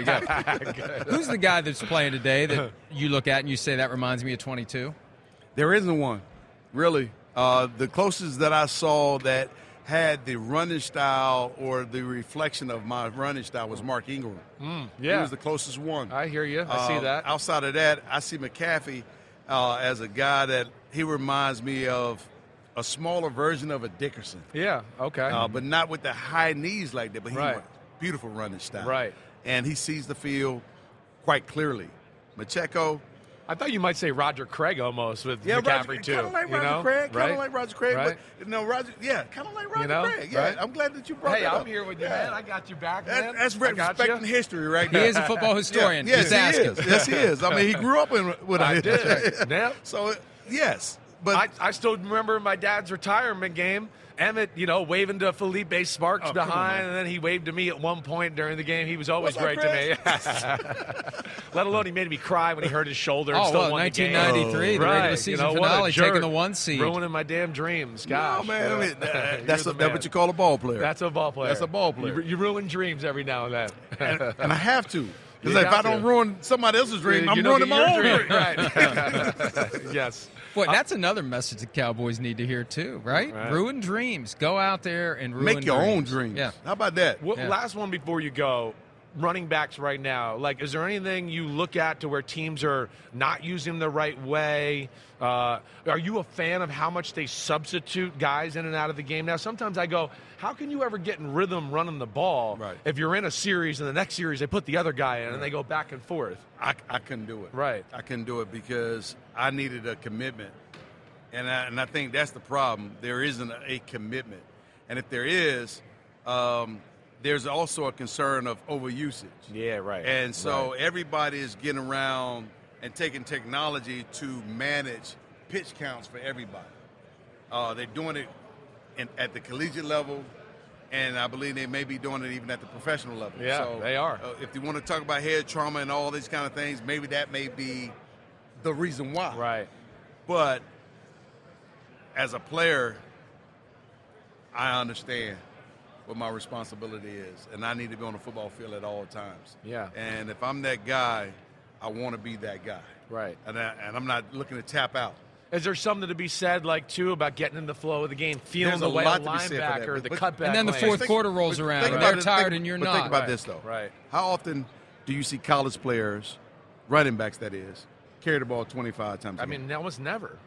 Speaker 7: Who's the guy that's playing today that you look at and you say that reminds me of 22?
Speaker 11: There isn't one, really. Uh, the closest that I saw that had the running style or the reflection of my running style was Mark Ingram. He
Speaker 5: Mm, yeah.
Speaker 11: was the closest one.
Speaker 5: I hear you. I see
Speaker 11: Uh,
Speaker 5: that.
Speaker 11: Outside of that, I see McAfee uh, as a guy that he reminds me of a smaller version of a Dickerson,
Speaker 5: yeah. Okay.
Speaker 11: uh, but not with the high knees like that. But he
Speaker 5: Right.
Speaker 11: was beautiful running style.
Speaker 5: Right.
Speaker 11: And he sees the field quite clearly. Pacheco,
Speaker 5: I thought you might say Roger Craig almost with McCaffrey
Speaker 11: Roger,
Speaker 5: too.
Speaker 11: Kind of like
Speaker 5: you
Speaker 11: Roger
Speaker 5: know?
Speaker 11: Craig. Kind
Speaker 5: Right?
Speaker 11: of like Roger Craig.
Speaker 5: Right?
Speaker 11: But no, Roger. Yeah, kind of like Roger
Speaker 5: know?
Speaker 11: Craig. Yeah,
Speaker 5: Right?
Speaker 11: I'm glad that you brought
Speaker 5: hey,
Speaker 11: that
Speaker 5: I'm
Speaker 11: up.
Speaker 5: here with you,
Speaker 11: Yeah.
Speaker 5: man. I got your back,
Speaker 11: That-
Speaker 5: man.
Speaker 11: that's
Speaker 5: I got
Speaker 11: respecting
Speaker 5: you.
Speaker 11: history right
Speaker 7: He
Speaker 11: now.
Speaker 7: is a football historian.
Speaker 11: Yeah,
Speaker 7: Just
Speaker 11: yes,
Speaker 7: ask
Speaker 11: he
Speaker 7: him.
Speaker 11: is. Yes, he is. I mean, he grew up in with
Speaker 5: I
Speaker 11: it.
Speaker 5: did. Yeah.
Speaker 11: So yes, but
Speaker 5: I, I still remember my dad's retirement game, Emmett, you know, waving to Felipe Sparks
Speaker 4: Oh, come on,
Speaker 5: behind,
Speaker 4: man.
Speaker 5: and then he waved to me at one point during the game. He was always
Speaker 4: What's up,
Speaker 5: great to me. Let alone he made me cry when he hurt his shoulder. and
Speaker 7: Oh,
Speaker 5: still
Speaker 7: well,
Speaker 5: won the game.
Speaker 7: 1993, the regular
Speaker 5: Right, you
Speaker 7: season
Speaker 5: know, what a
Speaker 7: finale, taking
Speaker 5: jerk.
Speaker 7: the one seed.
Speaker 5: ruining my damn dreams. Gosh,
Speaker 11: man, I mean, that-
Speaker 5: You're
Speaker 11: that's
Speaker 5: the
Speaker 11: a- that's
Speaker 5: man.
Speaker 11: what you call a ball player.
Speaker 5: That's a ball player.
Speaker 11: That's a ball player.
Speaker 5: You, ru- you ruin dreams every now and then,
Speaker 11: and, and I have to.
Speaker 5: You
Speaker 11: Because if I
Speaker 5: got
Speaker 11: don't
Speaker 5: to.
Speaker 11: ruin somebody else's dream,
Speaker 5: You
Speaker 11: I'm
Speaker 5: don't
Speaker 11: ruining
Speaker 5: get
Speaker 11: my own
Speaker 5: your
Speaker 11: dream.
Speaker 5: dream, Right. yes. Uh,
Speaker 7: Boy, that's another message the Cowboys need to hear too, right?
Speaker 5: Right.
Speaker 7: Ruin dreams. Go out there and ruin
Speaker 5: Make your own
Speaker 7: dreams. Yeah.
Speaker 11: How about that?
Speaker 5: What,
Speaker 7: Yeah.
Speaker 5: Last one before you go. Running backs right now, like, is there anything you look at to where teams are not using the right way? Uh, are you a fan of how much they substitute guys in and out of the game? Now, sometimes I go, how can you ever get in rhythm running the ball if you're in a series and the next series they put the other guy in and they go back and forth?
Speaker 11: I, I couldn't do it.
Speaker 5: Right.
Speaker 11: I couldn't do it because I needed a commitment. And I, and I think that's the problem. There isn't a, commitment. And if there is, um, there's also a concern of overusage.
Speaker 5: Yeah, right.
Speaker 11: And so
Speaker 5: Right.
Speaker 11: everybody is getting around and taking technology to manage pitch counts for everybody. Uh, they're doing it in, at the collegiate level, and I believe they may be doing it even at the professional level.
Speaker 5: Yeah, they are.
Speaker 11: uh, if you want to talk about head trauma and all these kind of things, maybe that may be the reason why.
Speaker 5: Right.
Speaker 11: But as a player, I understand what my responsibility is, and I need to be on the football field at all times.
Speaker 5: Yeah.
Speaker 11: And if I'm that guy, I want to be that guy.
Speaker 5: Right.
Speaker 11: And, I, and I'm not looking to tap out.
Speaker 5: Is there something to be said, like too, about getting in the flow of the game, feeling
Speaker 11: There's
Speaker 5: the
Speaker 11: a
Speaker 5: way
Speaker 11: lot
Speaker 5: a
Speaker 11: to be said for that,
Speaker 5: linebacker, or
Speaker 11: but-
Speaker 5: the
Speaker 11: but-
Speaker 5: cutback,
Speaker 7: And then the
Speaker 5: lane.
Speaker 7: fourth quarter
Speaker 11: But
Speaker 7: rolls around.
Speaker 11: think
Speaker 7: and
Speaker 11: about
Speaker 7: They're
Speaker 11: this-
Speaker 7: tired
Speaker 11: think-
Speaker 7: and you're
Speaker 11: but
Speaker 7: not.
Speaker 11: Think about this though.
Speaker 5: Right.
Speaker 11: How often do you see college players, running backs that is, carry the ball 25 times?
Speaker 5: I
Speaker 11: a game?
Speaker 5: mean, almost never.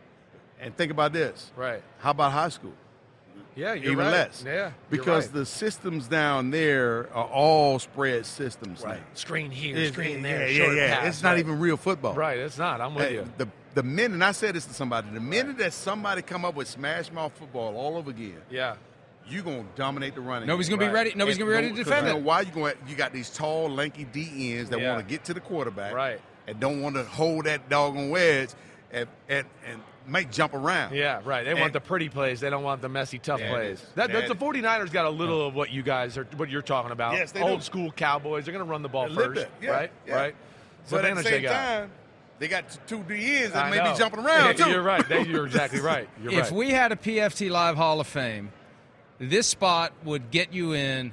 Speaker 11: and think about this.
Speaker 5: Right.
Speaker 11: How about high school?
Speaker 5: Yeah, you're
Speaker 11: Even
Speaker 5: right.
Speaker 11: less.
Speaker 5: Yeah, you're
Speaker 11: Because
Speaker 5: right.
Speaker 11: the systems down there are all spread systems now.
Speaker 5: Screen here,
Speaker 11: It's-
Speaker 5: screen there.
Speaker 11: Yeah,
Speaker 5: short
Speaker 11: yeah, yeah.
Speaker 5: pass,
Speaker 11: it's not
Speaker 5: right.
Speaker 11: even real football.
Speaker 5: Right, it's not. I'm with
Speaker 11: Hey,
Speaker 5: you.
Speaker 11: The the minute and I said this to somebody, the minute that somebody come up with smash mouth football all over again,
Speaker 5: Yeah.
Speaker 11: you gonna dominate the running.
Speaker 7: Nobody's
Speaker 11: game.
Speaker 7: gonna be Right. ready- nobody's
Speaker 11: And
Speaker 7: gonna be ready
Speaker 11: no-
Speaker 7: to
Speaker 11: 'cause
Speaker 7: defend
Speaker 11: you
Speaker 7: it.
Speaker 11: Know why you going? You got these tall, lanky D ends that
Speaker 5: Yeah.
Speaker 11: want to get to the quarterback,
Speaker 5: Right.
Speaker 11: and don't want to hold that doggone wedge, and and and might jump around.
Speaker 5: Yeah, right. They want the pretty plays. They don't want the messy, tough
Speaker 11: That
Speaker 5: plays.
Speaker 11: is-
Speaker 5: That, that's the
Speaker 11: that-
Speaker 5: 49ers got a little of what you guys are, what you're talking about.
Speaker 11: Yes, they
Speaker 5: Old
Speaker 11: do.
Speaker 5: school Cowboys. They're going to run the
Speaker 11: A
Speaker 5: ball
Speaker 11: little
Speaker 5: first,
Speaker 11: bit, yeah,
Speaker 5: right?
Speaker 11: yeah.
Speaker 5: Right. So
Speaker 11: but at the
Speaker 5: advantage they
Speaker 11: same
Speaker 5: got.
Speaker 11: time, they got t- two D ends that
Speaker 5: I
Speaker 11: may
Speaker 5: know.
Speaker 11: be jumping around too.
Speaker 5: You're right. That- You're exactly right. You're
Speaker 7: if
Speaker 5: right.
Speaker 7: we had a PFT Live Hall of Fame, this spot would get you in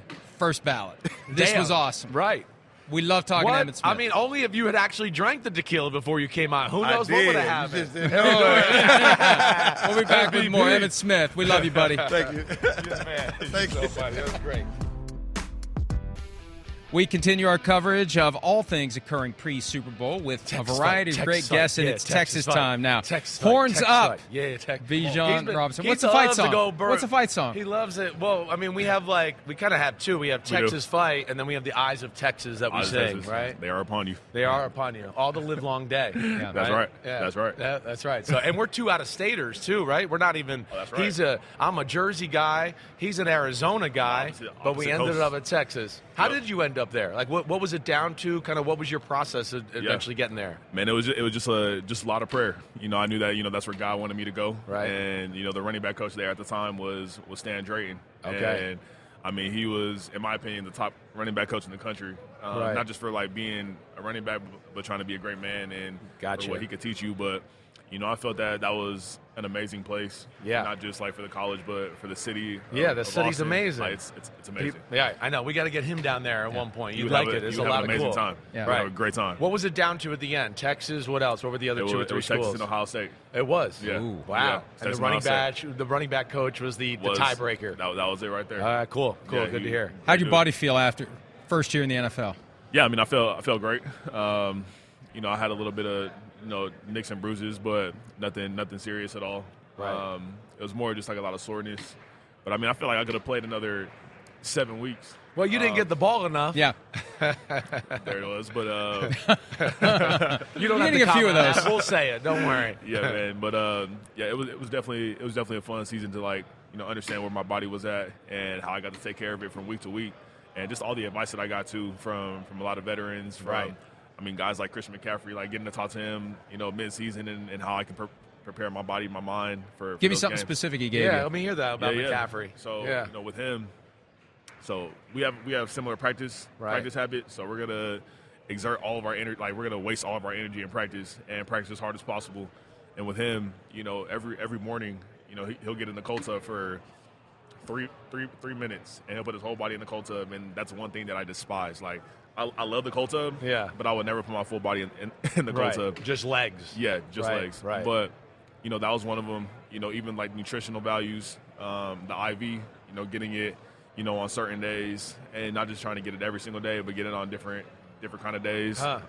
Speaker 7: first ballot. This
Speaker 5: Damn.
Speaker 7: was awesome.
Speaker 5: Right.
Speaker 7: We love talking
Speaker 5: What?
Speaker 7: Emmett Smith.
Speaker 5: I mean, only if you had actually drank the tequila before you came out. Who
Speaker 11: I
Speaker 5: knows what
Speaker 11: did.
Speaker 5: would have
Speaker 11: You just
Speaker 5: happened?
Speaker 11: didn't know it.
Speaker 7: we'll be back with more Emmett Smith. We love you, buddy.
Speaker 11: Thank you. Thank you.
Speaker 5: That was great.
Speaker 7: We continue our coverage of all things occurring pre Super Bowl with a
Speaker 5: Texas
Speaker 7: variety
Speaker 5: fight,
Speaker 7: of great
Speaker 5: Texas fight,
Speaker 7: guests, and
Speaker 5: yeah,
Speaker 7: it's
Speaker 5: Texas
Speaker 7: Texas
Speaker 5: fight,
Speaker 7: time now.
Speaker 5: Texas fight,
Speaker 7: Horns
Speaker 5: Texas
Speaker 7: up.
Speaker 5: fight. Yeah, Texas.
Speaker 7: Bijan
Speaker 5: He's been-
Speaker 7: Robinson.
Speaker 5: he
Speaker 7: What's the fight
Speaker 5: loves to
Speaker 7: song?
Speaker 5: go burn-
Speaker 7: What's the fight song?
Speaker 5: He loves it. Well, I mean, we have like we kind of have two. We have
Speaker 12: We do.
Speaker 5: Texas fight, and then we have the Eyes of Texas that we
Speaker 12: Eyes of
Speaker 5: sing,
Speaker 12: Texas.
Speaker 5: right?
Speaker 12: They are upon you.
Speaker 5: They are upon you all the live long day.
Speaker 12: That's right.
Speaker 5: Yeah.
Speaker 12: That's right.
Speaker 5: Yeah, that's right. So, and we're two out of staters too, right? We're not even.
Speaker 12: Oh, that's right.
Speaker 5: He's a. I'm a Jersey guy. He's an Arizona guy.
Speaker 12: Opposite-
Speaker 5: but we
Speaker 12: opposite
Speaker 5: ended
Speaker 12: coast.
Speaker 5: up in Texas. How
Speaker 12: Yep.
Speaker 5: did you end up there? Like, what what was it down to? Kind of what was your process of eventually getting there?
Speaker 12: Man, it was just, it was just a just a lot of prayer. You know, I knew that you know that's where God wanted me to go.
Speaker 5: Right.
Speaker 12: And you know, the running back coach there at the time was was Stan Drayton.
Speaker 5: Okay.
Speaker 12: And I mean, he was, in my opinion, the top running back coach in the country. Um,
Speaker 5: Right.
Speaker 12: Not just for like being a running back, but trying to be a great man and for
Speaker 5: Gotcha.
Speaker 12: what he could teach you. But you know, I felt that that was an amazing place.
Speaker 5: Yeah.
Speaker 12: Not just like for the college, but for the city. of-
Speaker 5: Yeah, the
Speaker 12: of
Speaker 5: city's
Speaker 12: Austin.
Speaker 5: amazing.
Speaker 12: Like, it's, it's it's amazing.
Speaker 5: He- yeah, I know. We got to get him down there at one point.
Speaker 12: You
Speaker 5: You'd
Speaker 12: would have
Speaker 5: like
Speaker 12: a-
Speaker 5: it. It's
Speaker 12: you
Speaker 5: a
Speaker 12: would
Speaker 5: lot
Speaker 12: have an
Speaker 5: of
Speaker 12: amazing
Speaker 5: cool.
Speaker 12: time. You would have a great time.
Speaker 5: What was it down to at the end? Texas. What else? What were the other
Speaker 12: It
Speaker 5: two
Speaker 12: was-
Speaker 5: or
Speaker 12: it
Speaker 5: three
Speaker 12: was Texas
Speaker 5: schools?
Speaker 12: and Ohio State.
Speaker 5: It was.
Speaker 12: Yeah.
Speaker 5: Ooh,
Speaker 12: Ooh.
Speaker 5: wow.
Speaker 12: Yeah,
Speaker 5: And
Speaker 12: Texas
Speaker 5: the
Speaker 12: and
Speaker 5: running
Speaker 12: Ohio
Speaker 5: back, the running back coach was the,
Speaker 12: Was-
Speaker 5: the tiebreaker.
Speaker 12: That, that was it right there.
Speaker 5: All right, Uh, cool, cool.
Speaker 12: Yeah,
Speaker 5: Good to
Speaker 12: you-
Speaker 5: hear.
Speaker 7: How'd your body feel after first year in the NFL?
Speaker 12: Yeah, I mean, I felt I felt great. Um, you know, I had a little bit of you know nicks and bruises, but nothing nothing serious at all.
Speaker 5: Right.
Speaker 12: Um, it was more just like a lot of soreness. But I mean, I feel like I could have played another seven weeks.
Speaker 5: Well, you didn't
Speaker 12: Um,
Speaker 5: get the ball enough.
Speaker 7: Yeah.
Speaker 12: there it was, but uh,
Speaker 5: You don't
Speaker 7: You're
Speaker 5: have
Speaker 7: gonna
Speaker 5: to
Speaker 7: get a few
Speaker 5: comment
Speaker 7: of
Speaker 5: on
Speaker 7: those.
Speaker 5: that. We'll say it. Don't worry.
Speaker 12: yeah, man. But um, yeah, it was it was definitely it was definitely a fun season to like you know understand where my body was at and how I got to take care of it from week to week, and just all the advice that I got too from from a lot of veterans. From,
Speaker 5: Right.
Speaker 12: I mean, guys like Christian McCaffrey, like getting to talk to him, you know, mid season and, and how I can pre- prepare my body, my mind for. for
Speaker 7: Give me
Speaker 12: those
Speaker 7: something
Speaker 12: games.
Speaker 7: specific he gave Yeah, you. let me hear that about McCaffrey.
Speaker 12: So
Speaker 7: Yeah.
Speaker 12: you know, with him, so we have we have similar practice
Speaker 7: Right.
Speaker 12: practice habits. So we're gonna exert all of our energy, like we're gonna waste all of our energy in practice and practice as hard as possible. And with him, you know, every every morning, you know, he, he'll get in the cold tub for three three three minutes, and he'll put his whole body in the cold tub. And that's one thing that I despise. Like I, I love the cold tub,
Speaker 5: Yeah.
Speaker 12: but I would never put my full body in, in, in the cold
Speaker 5: Right.
Speaker 12: tub.
Speaker 5: Just legs.
Speaker 12: Yeah, just
Speaker 5: Right,
Speaker 12: legs.
Speaker 5: right.
Speaker 12: But you know that was one of them. You know, even like nutritional values, um, the IV. You know, getting it. You know, on certain days, and not just trying to get it every single day, but get it on different different kind of days.
Speaker 5: Huh.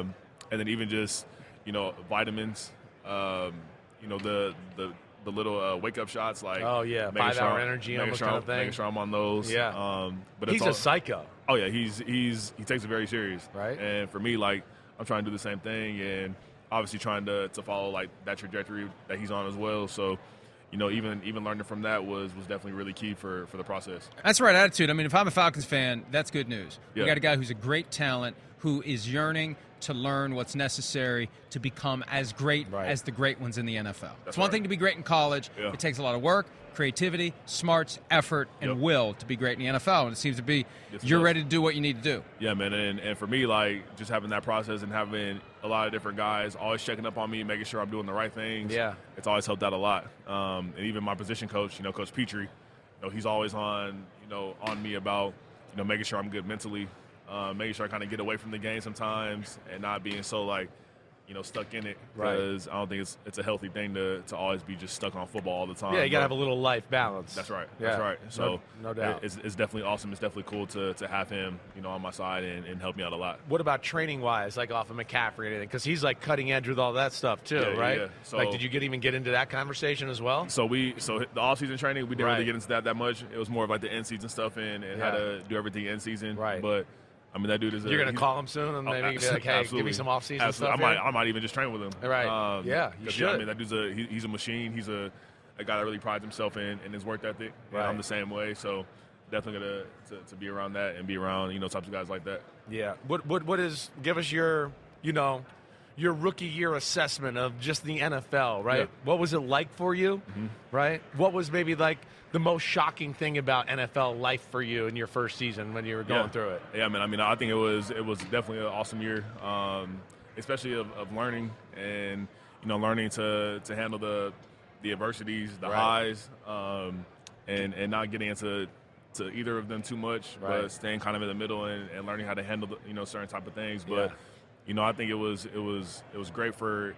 Speaker 12: Um, and then even just you know vitamins. Um, you know the the. The little uh, wake up shots, like
Speaker 5: Oh, yeah,
Speaker 12: making
Speaker 5: five-hour
Speaker 12: sure-
Speaker 5: energy
Speaker 12: making
Speaker 5: almost
Speaker 12: sure
Speaker 5: kinda
Speaker 12: I'm-
Speaker 5: thing.
Speaker 12: Making sure I'm on those,
Speaker 5: Yeah.
Speaker 12: Um, but
Speaker 5: He's
Speaker 12: it's
Speaker 5: a
Speaker 12: all-
Speaker 5: psycho.
Speaker 12: Oh yeah, he's he's he takes it very serious. Right. And for me, like I'm trying to do the same thing, and obviously trying to, to follow like that trajectory that he's on as well. So, you know, even even learning from that was was definitely really key for for the process.
Speaker 7: That's the right attitude. I mean, if I'm a Falcons fan, that's good news.
Speaker 12: Yeah.
Speaker 7: We got a guy who's a great talent who is yearning to learn what's necessary to become as great as the great ones in the NFL. it's one
Speaker 12: right.
Speaker 7: thing to be great in college.
Speaker 12: Yeah.
Speaker 7: It takes a lot of work, creativity, smarts, effort, and will to be great in the NFL. And it seems to be
Speaker 12: Yes, it
Speaker 7: you're
Speaker 12: does.
Speaker 7: ready to do what you need to do.
Speaker 12: Yeah, man. And, and for me, like just having that process and having a lot of different guys always checking up on me, making sure I'm doing the right things.
Speaker 5: Yeah.
Speaker 12: it's always helped out a lot. Um, and even my position coach, you know, Coach Petrie, you know, he's always on, you know, on me about, you know, making sure I'm good mentally, uh, making sure I kind of get away from the game sometimes and not being so like, you know, stuck in it.
Speaker 5: Right.
Speaker 12: Because I don't think it's it's a healthy thing to to always be just stuck on football all the time.
Speaker 5: yeah, you gotta
Speaker 12: But-
Speaker 5: have a little life balance.
Speaker 12: that's right.
Speaker 5: Yeah.
Speaker 12: That's right. So
Speaker 5: no, no doubt.
Speaker 12: it's, it's definitely awesome. It's definitely cool to, to have him, you know, on my side and, and help me out a lot.
Speaker 5: what about training wise, like off of McCaffrey or anything? Because he's like cutting edge with all that stuff too,
Speaker 12: Yeah, yeah,
Speaker 5: right?
Speaker 12: yeah. So-
Speaker 5: like, did you get even get into that conversation as well?
Speaker 12: So we so the off season training we didn't
Speaker 5: Right.
Speaker 12: really get into that that much. It was more of like the end season stuff and, and how
Speaker 5: Yeah.
Speaker 12: to do everything end season. Right. But I mean that dude is. a-
Speaker 5: You're gonna
Speaker 12: he's- Oh,
Speaker 5: call him soon and maybe be like, "Hey, give me
Speaker 12: absolutely.
Speaker 5: some off-season
Speaker 12: Absolutely.
Speaker 5: stuff
Speaker 12: I
Speaker 5: here."
Speaker 12: might I might even just train with him.
Speaker 5: Right.
Speaker 12: Um,
Speaker 5: Yeah, you
Speaker 12: 'cause, yeah, I
Speaker 5: should.
Speaker 12: mean that dude's a he, he's a machine. He's a a guy that really prides himself in in his work ethic. And
Speaker 5: Right.
Speaker 12: I'm the same way. So definitely gonna to, to be around that and be around you know types of guys like that.
Speaker 5: Yeah. What what what is give us your you know your rookie year assessment of just the NFL, right?
Speaker 12: Yeah.
Speaker 5: What was it like for you?
Speaker 12: Mhm.
Speaker 5: Right? What was maybe like the most shocking thing about NFL life for you in your first season when you were going
Speaker 12: yeah.
Speaker 5: through it?
Speaker 12: Yeah, man. I mean, I think it was it was definitely an awesome year, um, especially of, of learning and you know learning to to handle the the adversities, the
Speaker 5: Right.
Speaker 12: highs, um, and and not getting into to either of them too much,
Speaker 5: Right.
Speaker 12: but staying kind of in the middle and, and learning how to handle the, you know certain type of things. But
Speaker 5: Yeah.
Speaker 12: you know, I think it was it was it was great for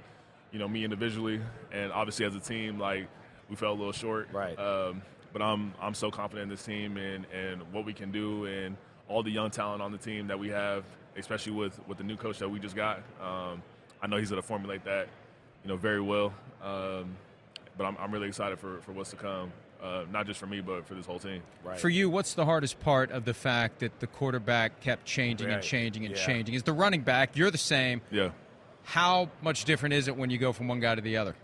Speaker 12: you know me individually and obviously as a team. Like we fell a little short, right? Um, but I'm I'm so confident in this team and and what we can do and all the young talent on the team that we have, especially with with the new coach that we just got. Um, I know he's going to formulate that you know very well. Um, but I'm, I'm really excited for, for what's to come, uh, not just for me, but for this whole team. Right.
Speaker 7: For you, what's the hardest part of the fact that the quarterback kept changing and
Speaker 12: Right.
Speaker 7: changing and
Speaker 12: Yeah.
Speaker 7: changing? Is the running back, you're the same.
Speaker 12: Yeah.
Speaker 7: How much different is it when you go from one guy to the other?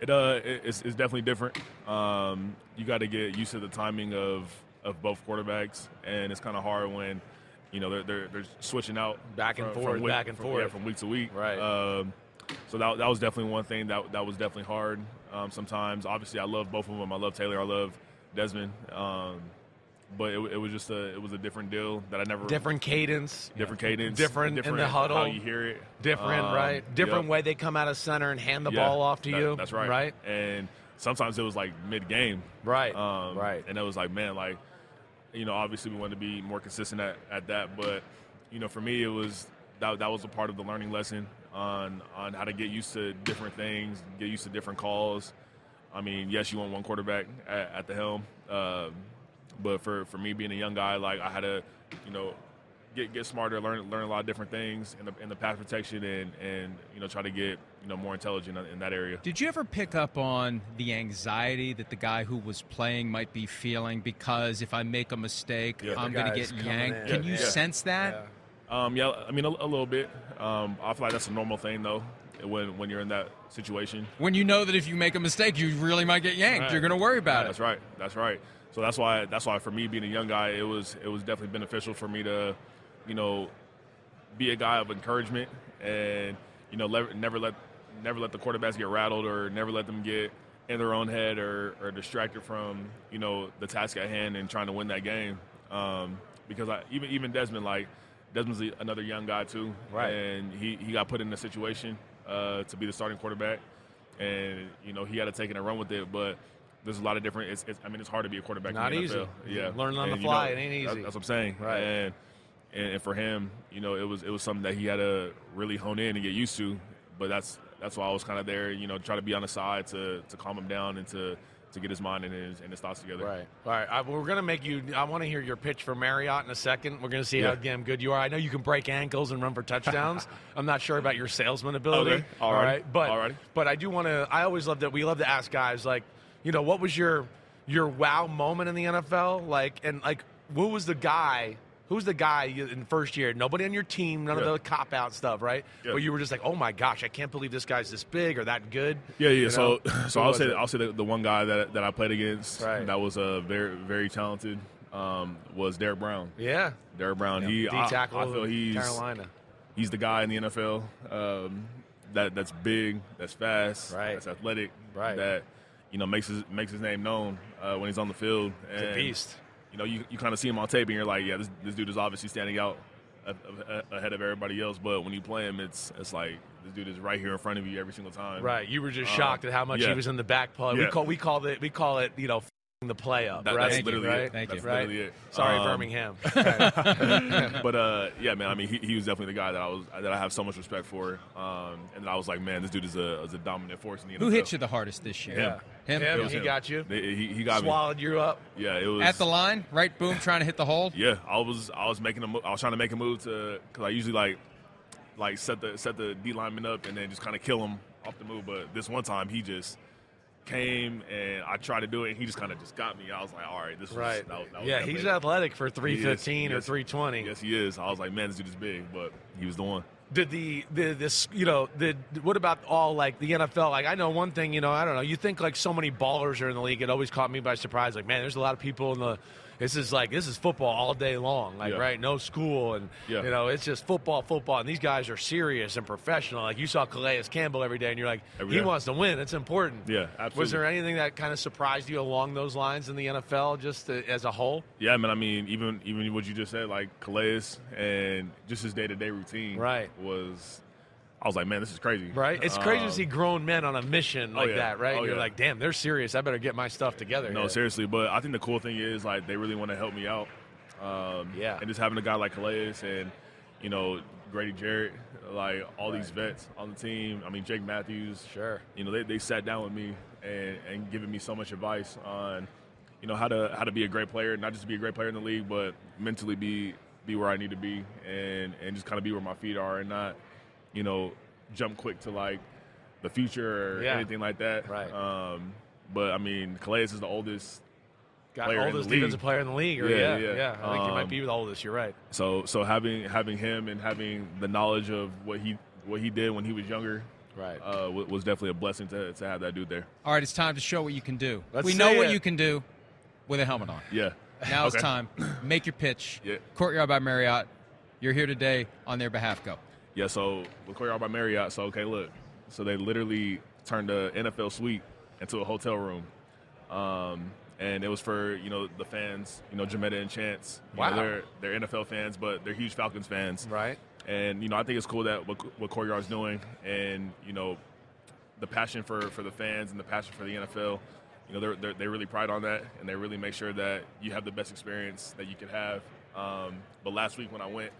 Speaker 12: It uh, it- it's, it's definitely different. Um, you got to get used to the timing of of both quarterbacks, and it's kind of hard when, you know, they're they're, they're switching out
Speaker 5: Back and
Speaker 12: from-
Speaker 5: forth,
Speaker 12: from week,
Speaker 5: back and
Speaker 12: from, yeah,
Speaker 5: forth.
Speaker 12: from week to week. Right. Um, so that, that was definitely one thing that that was definitely hard. Um, sometimes, obviously, I love both of them. I love Taylor. I love Desmond. Um, but it, it was just a it was a different deal that I never
Speaker 5: Different cadence.
Speaker 12: different
Speaker 5: Yeah.
Speaker 12: cadence,
Speaker 5: Different, in the huddle.
Speaker 12: How you hear it,
Speaker 5: Different,
Speaker 12: Um,
Speaker 5: right? Different
Speaker 12: yep.
Speaker 5: way they come out of center and hand the
Speaker 12: Yeah,
Speaker 5: ball off to
Speaker 12: that-
Speaker 5: you.
Speaker 12: That's right.
Speaker 5: Right?
Speaker 12: And sometimes it was like mid game.
Speaker 5: Right.
Speaker 12: Um, right. And it was like, man, like, you know, obviously we wanted to be more consistent at, at that, but you know, for me, it was that that was a part of the learning lesson on on how to get used to different things, get used to different calls. I mean, yes, you want one quarterback at, at the helm, um, but for for me being a young guy, like I had to, you know. Get, get smarter, learn learn a lot of different things in the, in the pass protection, and, and you know try to get you know more intelligent in that area.
Speaker 7: Did you ever pick up on the anxiety that the guy who was playing might be feeling because if I make a mistake,
Speaker 12: Yeah.
Speaker 7: I'm going to get yanked? Can you
Speaker 12: Yeah.
Speaker 7: sense that?
Speaker 12: Um, yeah, I mean a, a little bit. Um, I feel like that's a normal thing though when when you're in that situation.
Speaker 7: When you know that if you make a mistake, you really might get yanked.
Speaker 12: Right.
Speaker 7: You're going to worry
Speaker 12: Yeah,
Speaker 7: about it.
Speaker 12: That's right. That's right. So that's why that's why for me being a young guy, it was it was definitely beneficial for me to, you know, be a guy of encouragement and you know lever, never let never let the quarterbacks get rattled or never let them get in their own head or, or distracted from you know the task at hand and trying to win that game. Um, because I, even even Desmond, like Desmond's the- another young guy too,
Speaker 5: Right.
Speaker 12: And he, he got put in a situation uh, to be the starting quarterback, and you know he had to take it and run with it, but. There's a lot of different. It's, it's, I mean, it's hard to be a quarterback.
Speaker 5: Not
Speaker 12: in the
Speaker 5: easy.
Speaker 12: NFL. Yeah,
Speaker 5: Learning on the
Speaker 12: And, you
Speaker 5: fly, it ain't
Speaker 12: that-
Speaker 5: easy.
Speaker 12: That's what I'm saying.
Speaker 5: Right.
Speaker 12: And, and and for him, you know, it was it was something that he had to really hone in and get used to. But that's that's why I was kind of there, you know, try to be on the side to to calm him down and to to get his mind and his and his thoughts together.
Speaker 5: Right. All right, I, we're gonna make you. I want to hear your pitch for Marriott in a second. We're gonna see how
Speaker 12: Yeah.
Speaker 5: damn good you are. I know you can break ankles and run for touchdowns. I'm not sure about your salesman ability.
Speaker 12: Okay.
Speaker 5: All
Speaker 12: Alrighty.
Speaker 5: right, but but I do want to. I always love that. We love to ask guys like, you know, what was your your wow moment in the NFL? Like, and like, who was the guy? Who was the guy you- in first year? Nobody on your team. None
Speaker 12: Yeah.
Speaker 5: of the cop out stuff, right?
Speaker 12: Yeah.
Speaker 5: But you were just like, oh my gosh, I can't believe this guy's this big or that good.
Speaker 12: Yeah, yeah.
Speaker 5: You
Speaker 12: so,
Speaker 5: know?
Speaker 12: so
Speaker 5: Who
Speaker 12: I'll
Speaker 5: was
Speaker 12: say
Speaker 5: it?
Speaker 12: I'll say the, the one guy that that I played against that was a uh, very very talented um, was Derek Brown.
Speaker 5: Yeah.
Speaker 12: Derek Brown.
Speaker 5: Yeah.
Speaker 12: He
Speaker 5: D
Speaker 12: I-
Speaker 5: tackle
Speaker 12: I, feel
Speaker 5: in
Speaker 12: he's
Speaker 5: Carolina.
Speaker 12: He's the guy in the NFL um, that that's big, that's fast, right. that's athletic, right. that you know makes his makes his name known uh, when he's on the field.
Speaker 5: He's a beast.
Speaker 12: You know, you, you kind of see him on tape, and you're like, yeah, this, this dude is obviously standing out a- a- a- ahead of everybody else. But when you play him, it's it's like this dude is right here in front of you every single time.
Speaker 5: Right, you were just
Speaker 12: Um,
Speaker 5: shocked at how much
Speaker 12: yeah.
Speaker 5: he was in the back play. We
Speaker 12: Yeah.
Speaker 5: call we call it we call it you know f***ing the play up.
Speaker 12: That-
Speaker 5: right?
Speaker 12: That's literally
Speaker 5: right?
Speaker 12: it. That's
Speaker 5: Right?
Speaker 12: literally it.
Speaker 5: Sorry,
Speaker 12: Um,
Speaker 5: Birmingham.
Speaker 12: but uh, yeah, man. I mean, he, he was definitely the guy that I was that I have so much respect for, um, and that I was like, man, this dude is a is a dominant force in the
Speaker 7: Who
Speaker 12: NFL.
Speaker 7: hit you the hardest this year?
Speaker 12: Him.
Speaker 7: Him?
Speaker 12: It
Speaker 7: Him,
Speaker 12: was
Speaker 7: he got you?
Speaker 12: He, he- he got
Speaker 7: Swallowed
Speaker 12: me.
Speaker 5: you up.
Speaker 12: Yeah, it was
Speaker 7: At the line, right? Boom, trying to hit the hole.
Speaker 12: yeah, I was I was making a mo- I was trying to make a move to because I usually like like set the set the D lineman up and then just kind of kill him off the move. But this one time he just came and I tried to do it and he just kind of just got me. I was like, all right, this was
Speaker 5: Right.
Speaker 12: That was, that was
Speaker 5: Yeah,
Speaker 12: that
Speaker 5: he's
Speaker 12: big.
Speaker 5: athletic for
Speaker 12: He is.
Speaker 5: 315 or
Speaker 12: Yes.
Speaker 5: 320.
Speaker 12: Yes, he is. I was like, man, this dude is big, but he was the one.
Speaker 5: Did the, the this you know the what about all like the NFL? Like I know one thing you know I don't know. You think like so many ballers are in the league. It always caught me by surprise. Like man, there's a lot of people in the. This is like this is football all day long. Like
Speaker 12: Yeah.
Speaker 5: right, no school and
Speaker 12: Yeah.
Speaker 5: you know it's just football, football. And these guys are serious and professional. Like you saw Calais Campbell every day, and you're like
Speaker 12: Every
Speaker 5: he
Speaker 12: day.
Speaker 5: wants to win. It's important.
Speaker 12: Yeah, absolutely.
Speaker 5: Was there anything that kind of surprised you along those lines in the NFL, just uh as a whole?
Speaker 12: Yeah, man. I mean, even even what you just said, like Calais and just his day to day routine, right? Was I was like, man, this is crazy,
Speaker 5: Right? It's crazy
Speaker 12: Um,
Speaker 5: to see grown men on a mission
Speaker 12: oh,
Speaker 5: like
Speaker 12: yeah.
Speaker 5: that, right?
Speaker 12: Oh,
Speaker 5: You're
Speaker 12: yeah.
Speaker 5: like, damn, they're serious. I better get my stuff together.
Speaker 12: No,
Speaker 5: here.
Speaker 12: seriously. But I think the cool thing is like they really want to help me out. Um, yeah. And just having a guy like Calais and you know Grady Jarrett, like all these vets on the team. I mean Jake Matthews.
Speaker 5: Sure.
Speaker 12: You know they, they sat down with me and and giving me so much advice on you know how to how to be a great player, not just be a great player in the league, but mentally be be where I need to be and and just kind of be where my feet are and not you know jump quick to like the future or
Speaker 5: Yeah.
Speaker 12: anything like that. Right. Um, but I mean, Calais is the oldest
Speaker 5: Got
Speaker 12: player in
Speaker 5: oldest
Speaker 12: the league.
Speaker 5: defensive player in the league. Or, yeah, yeah, I think he might
Speaker 12: Um,
Speaker 5: be the oldest. You're right.
Speaker 12: So so having having him and having the knowledge of what he what he did when he was younger,
Speaker 5: right,
Speaker 12: uh, wa- was definitely a blessing to to have that dude there.
Speaker 7: All right, it's time to show what you can do.
Speaker 12: Let's
Speaker 7: we
Speaker 12: see
Speaker 7: know what
Speaker 12: it.
Speaker 7: you can do with a helmet on.
Speaker 12: Yeah.
Speaker 7: Now it's
Speaker 12: Okay.
Speaker 7: time. Make your pitch.
Speaker 12: Yeah.
Speaker 7: Courtyard by Marriott. You're here today on their behalf. Go.
Speaker 12: Yeah, so with Courtyard by Marriott, so okay, look, so they literally turned the NFL suite into a hotel room, um, and it was for you know the fans, you know Jametta and Chance. You
Speaker 5: Wow.
Speaker 12: know, they're they're NFL fans, but they're huge Falcons fans,
Speaker 5: right?
Speaker 12: And you know I think it's cool that what, what Courtyard's doing, and you know the passion for for the fans and the passion for the NFL. You know, they're, they're, they really pride on that, and they really make sure that you have the best experience that you could have. Um, but last week when I went,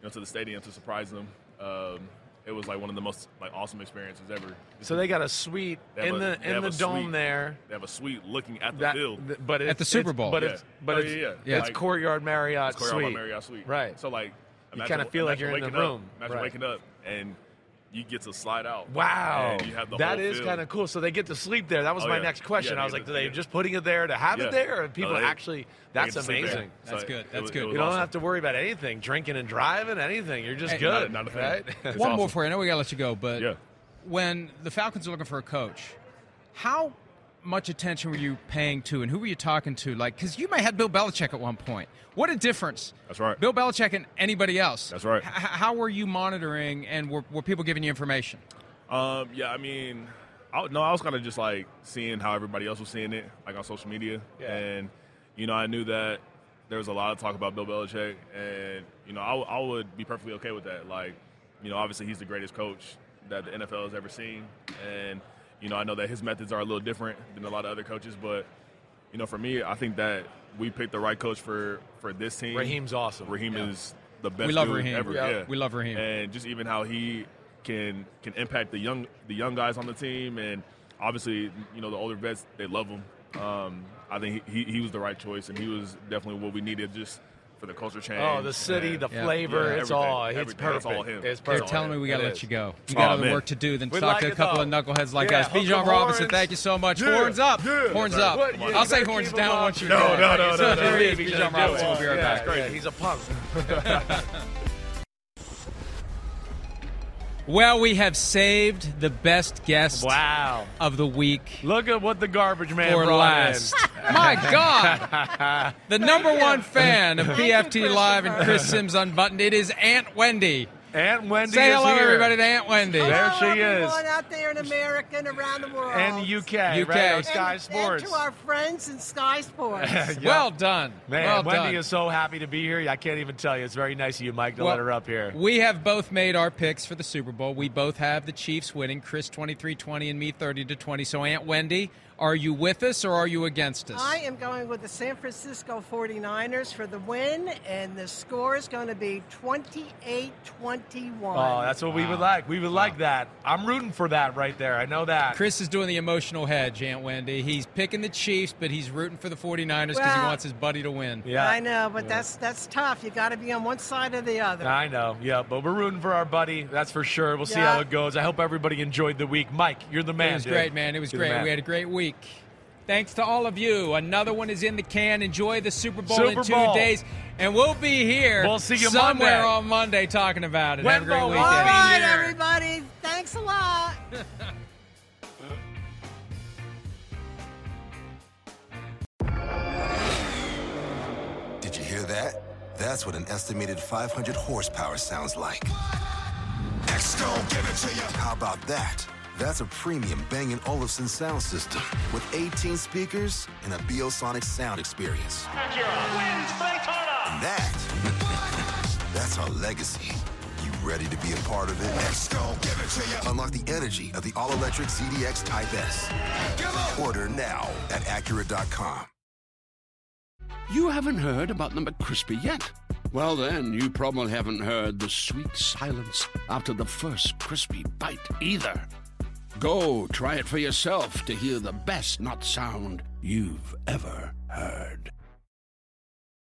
Speaker 12: you know, to the stadium to surprise them, um, it was like one of the most like awesome experiences ever.
Speaker 5: So they got a suite
Speaker 12: They have
Speaker 5: in
Speaker 12: a-
Speaker 5: the
Speaker 12: they
Speaker 5: in
Speaker 12: have
Speaker 5: the
Speaker 12: a
Speaker 5: dome
Speaker 12: suite.
Speaker 5: there.
Speaker 12: They have a suite looking at the
Speaker 5: That-
Speaker 12: field,
Speaker 5: th- but it's- it's- But it's but
Speaker 12: Oh,
Speaker 5: it's,
Speaker 12: yeah, yeah.
Speaker 5: it's
Speaker 12: Like,
Speaker 5: Courtyard Marriott
Speaker 12: it's Courtyard by
Speaker 5: Suite.
Speaker 12: Marriott Suite.
Speaker 5: Right.
Speaker 12: So like,
Speaker 5: You
Speaker 12: imagine-
Speaker 5: kinda feel like
Speaker 12: imagine
Speaker 5: you're in the
Speaker 12: waking up-
Speaker 5: room.
Speaker 12: Imagine
Speaker 5: Right.
Speaker 12: waking up and you get to slide out.
Speaker 5: Wow,
Speaker 12: and you have the
Speaker 5: that
Speaker 12: whole
Speaker 5: is
Speaker 12: field.
Speaker 5: kind of cool. So they get to sleep there. That was
Speaker 12: Oh,
Speaker 5: my
Speaker 12: yeah.
Speaker 5: next question.
Speaker 12: Yeah,
Speaker 5: I was
Speaker 12: they
Speaker 5: like,
Speaker 12: get
Speaker 5: are
Speaker 12: to-
Speaker 5: they just putting it there to have
Speaker 12: Yeah.
Speaker 5: it there?
Speaker 12: No,
Speaker 5: And people
Speaker 12: they-
Speaker 5: actually,
Speaker 12: they
Speaker 5: that's
Speaker 12: get to sleep there.
Speaker 5: amazing.
Speaker 12: That's So good. it
Speaker 7: That's was- good. it
Speaker 5: You
Speaker 7: was
Speaker 5: don't
Speaker 7: awesome.
Speaker 5: have to worry about anything, drinking and driving, anything. You're just
Speaker 7: Hey,
Speaker 5: good,
Speaker 7: not a- not a thing.
Speaker 5: right?
Speaker 7: One more for you. I know we got to let you go, but when the Falcons are looking for a coach, how much attention were you paying to, and who were you talking to? Like, because you may have Bill Belichick at one point. What a difference!
Speaker 12: That's right.
Speaker 7: Bill Belichick and anybody else.
Speaker 12: That's right.
Speaker 7: H- how were you monitoring, and were, were people giving you information?
Speaker 12: Um, yeah, I mean, I, no, I was kind of just like seeing how everybody else was seeing it, like on social media,
Speaker 13: Yeah.
Speaker 12: and you know, I knew that there was a lot of talk about Bill Belichick, and you know, I, w- I would be perfectly okay with that. Like, you know, obviously he's the greatest coach that the NFL has ever seen, and you know, I know that his methods are a little different than a lot of other coaches, but you know, for me, I think that we picked the right coach for for this team.
Speaker 5: Raheem's awesome.
Speaker 12: Raheem
Speaker 5: Yeah.
Speaker 12: is the best
Speaker 7: We love
Speaker 12: dude
Speaker 7: Raheem.
Speaker 12: ever.
Speaker 7: Yeah.
Speaker 12: Yeah,
Speaker 7: We love Raheem.
Speaker 12: and just even how he can can impact the young the young guys on the team, and obviously you know the older vets they love him. Um, I think he, he, he was the right choice, and he was definitely what we needed just for the culture change.
Speaker 5: Oh, the city,
Speaker 12: and-
Speaker 5: the
Speaker 12: Yeah.
Speaker 5: flavor,
Speaker 12: Yeah,
Speaker 5: it's
Speaker 12: everything,
Speaker 5: all- it's
Speaker 12: everything. That's all
Speaker 5: perfect.
Speaker 12: him.
Speaker 5: It's
Speaker 7: They're telling me we gotta
Speaker 5: It
Speaker 7: let
Speaker 5: is. Oh,
Speaker 7: you go. You
Speaker 12: Aw,
Speaker 7: got other
Speaker 12: man.
Speaker 7: work to do than
Speaker 12: We
Speaker 7: talk
Speaker 12: like
Speaker 7: to a
Speaker 12: it,
Speaker 7: couple
Speaker 12: though.
Speaker 7: of knuckleheads like
Speaker 12: Yeah,
Speaker 7: us. B.
Speaker 12: hook 'em
Speaker 7: John Robinson,
Speaker 12: horns.
Speaker 7: thank you so much.
Speaker 12: Yeah,
Speaker 7: Horns up,
Speaker 12: yeah.
Speaker 7: horns
Speaker 12: What?
Speaker 7: up.
Speaker 12: Yeah, you
Speaker 7: I'll say
Speaker 12: better
Speaker 7: horns
Speaker 12: keep 'em
Speaker 7: down
Speaker 12: up.
Speaker 7: once you're
Speaker 12: No,
Speaker 7: done.
Speaker 12: no, no,
Speaker 7: It's
Speaker 12: no,
Speaker 7: just
Speaker 12: no.
Speaker 7: gonna be B.
Speaker 12: He's
Speaker 7: John
Speaker 12: gonna do
Speaker 7: Robinson.
Speaker 12: it.
Speaker 7: We'll be right
Speaker 12: Yeah,
Speaker 7: back.
Speaker 12: it's crazy.
Speaker 5: He's a punk.
Speaker 7: Well, we have saved the best guest
Speaker 5: wow.
Speaker 7: of the week
Speaker 5: Look at what the garbage man
Speaker 7: for
Speaker 5: brought in.
Speaker 7: last. My God. The number one fan of PFT Live and Chris Sims Unbuttoned, it is Aunt Wendy.
Speaker 5: Aunt Wendy
Speaker 7: Say
Speaker 5: is
Speaker 7: hello,
Speaker 5: here.
Speaker 7: everybody, to Aunt Wendy.
Speaker 5: There she is.
Speaker 14: everyone out there in America and around the world.
Speaker 5: And UK,
Speaker 7: UK.
Speaker 5: right? On
Speaker 7: And-
Speaker 5: Sky
Speaker 14: And-
Speaker 5: Sports.
Speaker 14: And to our friends in Sky Sports.
Speaker 7: Well done.
Speaker 5: Man,
Speaker 7: Well
Speaker 5: Wendy
Speaker 7: done.
Speaker 5: is so happy to be here. I can't even tell you. It's very nice of you, Mike, to
Speaker 7: Well,
Speaker 5: let her up here.
Speaker 7: We have both made our picks for the Super Bowl. We both have the Chiefs winning, Chris 23-20 and me 30-20. So Aunt Wendy, are you with us or are you against us?
Speaker 14: I am going with the San Francisco 49ers for the win, and the score is going to be 28 21.
Speaker 5: Oh, that's what we would like. We would like that. I'm rooting for that right there. I know that.
Speaker 7: Chris is doing the emotional hedge, Aunt Wendy. He's picking the Chiefs, but he's rooting for the 49ers because he
Speaker 14: Well-
Speaker 7: wants his buddy to win.
Speaker 14: I know, but that's that's tough. You got to be on one side or the other.
Speaker 5: I know. Yeah, but we're rooting for our buddy. That's for sure. We'll see
Speaker 14: Yeah.
Speaker 5: how it goes. I hope everybody enjoyed the week. Mike, you're the man.
Speaker 7: It was
Speaker 5: dude.
Speaker 7: great, man. It was
Speaker 5: You're the
Speaker 7: great.
Speaker 5: man.
Speaker 7: We had a great week. Thanks to all of you. Another one is in the can. Enjoy the Super Bowl
Speaker 5: Super
Speaker 7: in two
Speaker 5: Bowl.
Speaker 7: days. And we'll be here
Speaker 5: We'll see you
Speaker 7: somewhere
Speaker 5: Monday.
Speaker 7: on Monday talking about it. Have a
Speaker 5: Wembo
Speaker 7: great
Speaker 5: will
Speaker 7: weekend.
Speaker 5: be
Speaker 14: All right, everybody. Thanks a lot.
Speaker 1: Did you hear that? That's what an estimated 500 horsepower sounds like. Next, gonna give it to you. How about that? That's a premium Bang & Olufsen sound system with 18 speakers and a Biosonic sound experience.
Speaker 8: Acura wins Daytona.
Speaker 1: And that, that's our legacy. You ready to be a part of it? Next, gonna give it to you. Unlock the energy of the all-electric ZDX Type S. Order now at Acura.com.
Speaker 2: You haven't heard about the McCrispy yet. Well, then, you probably haven't heard the sweet silence after the first crispy bite either. Go try it for yourself to hear the best not sound you've ever heard.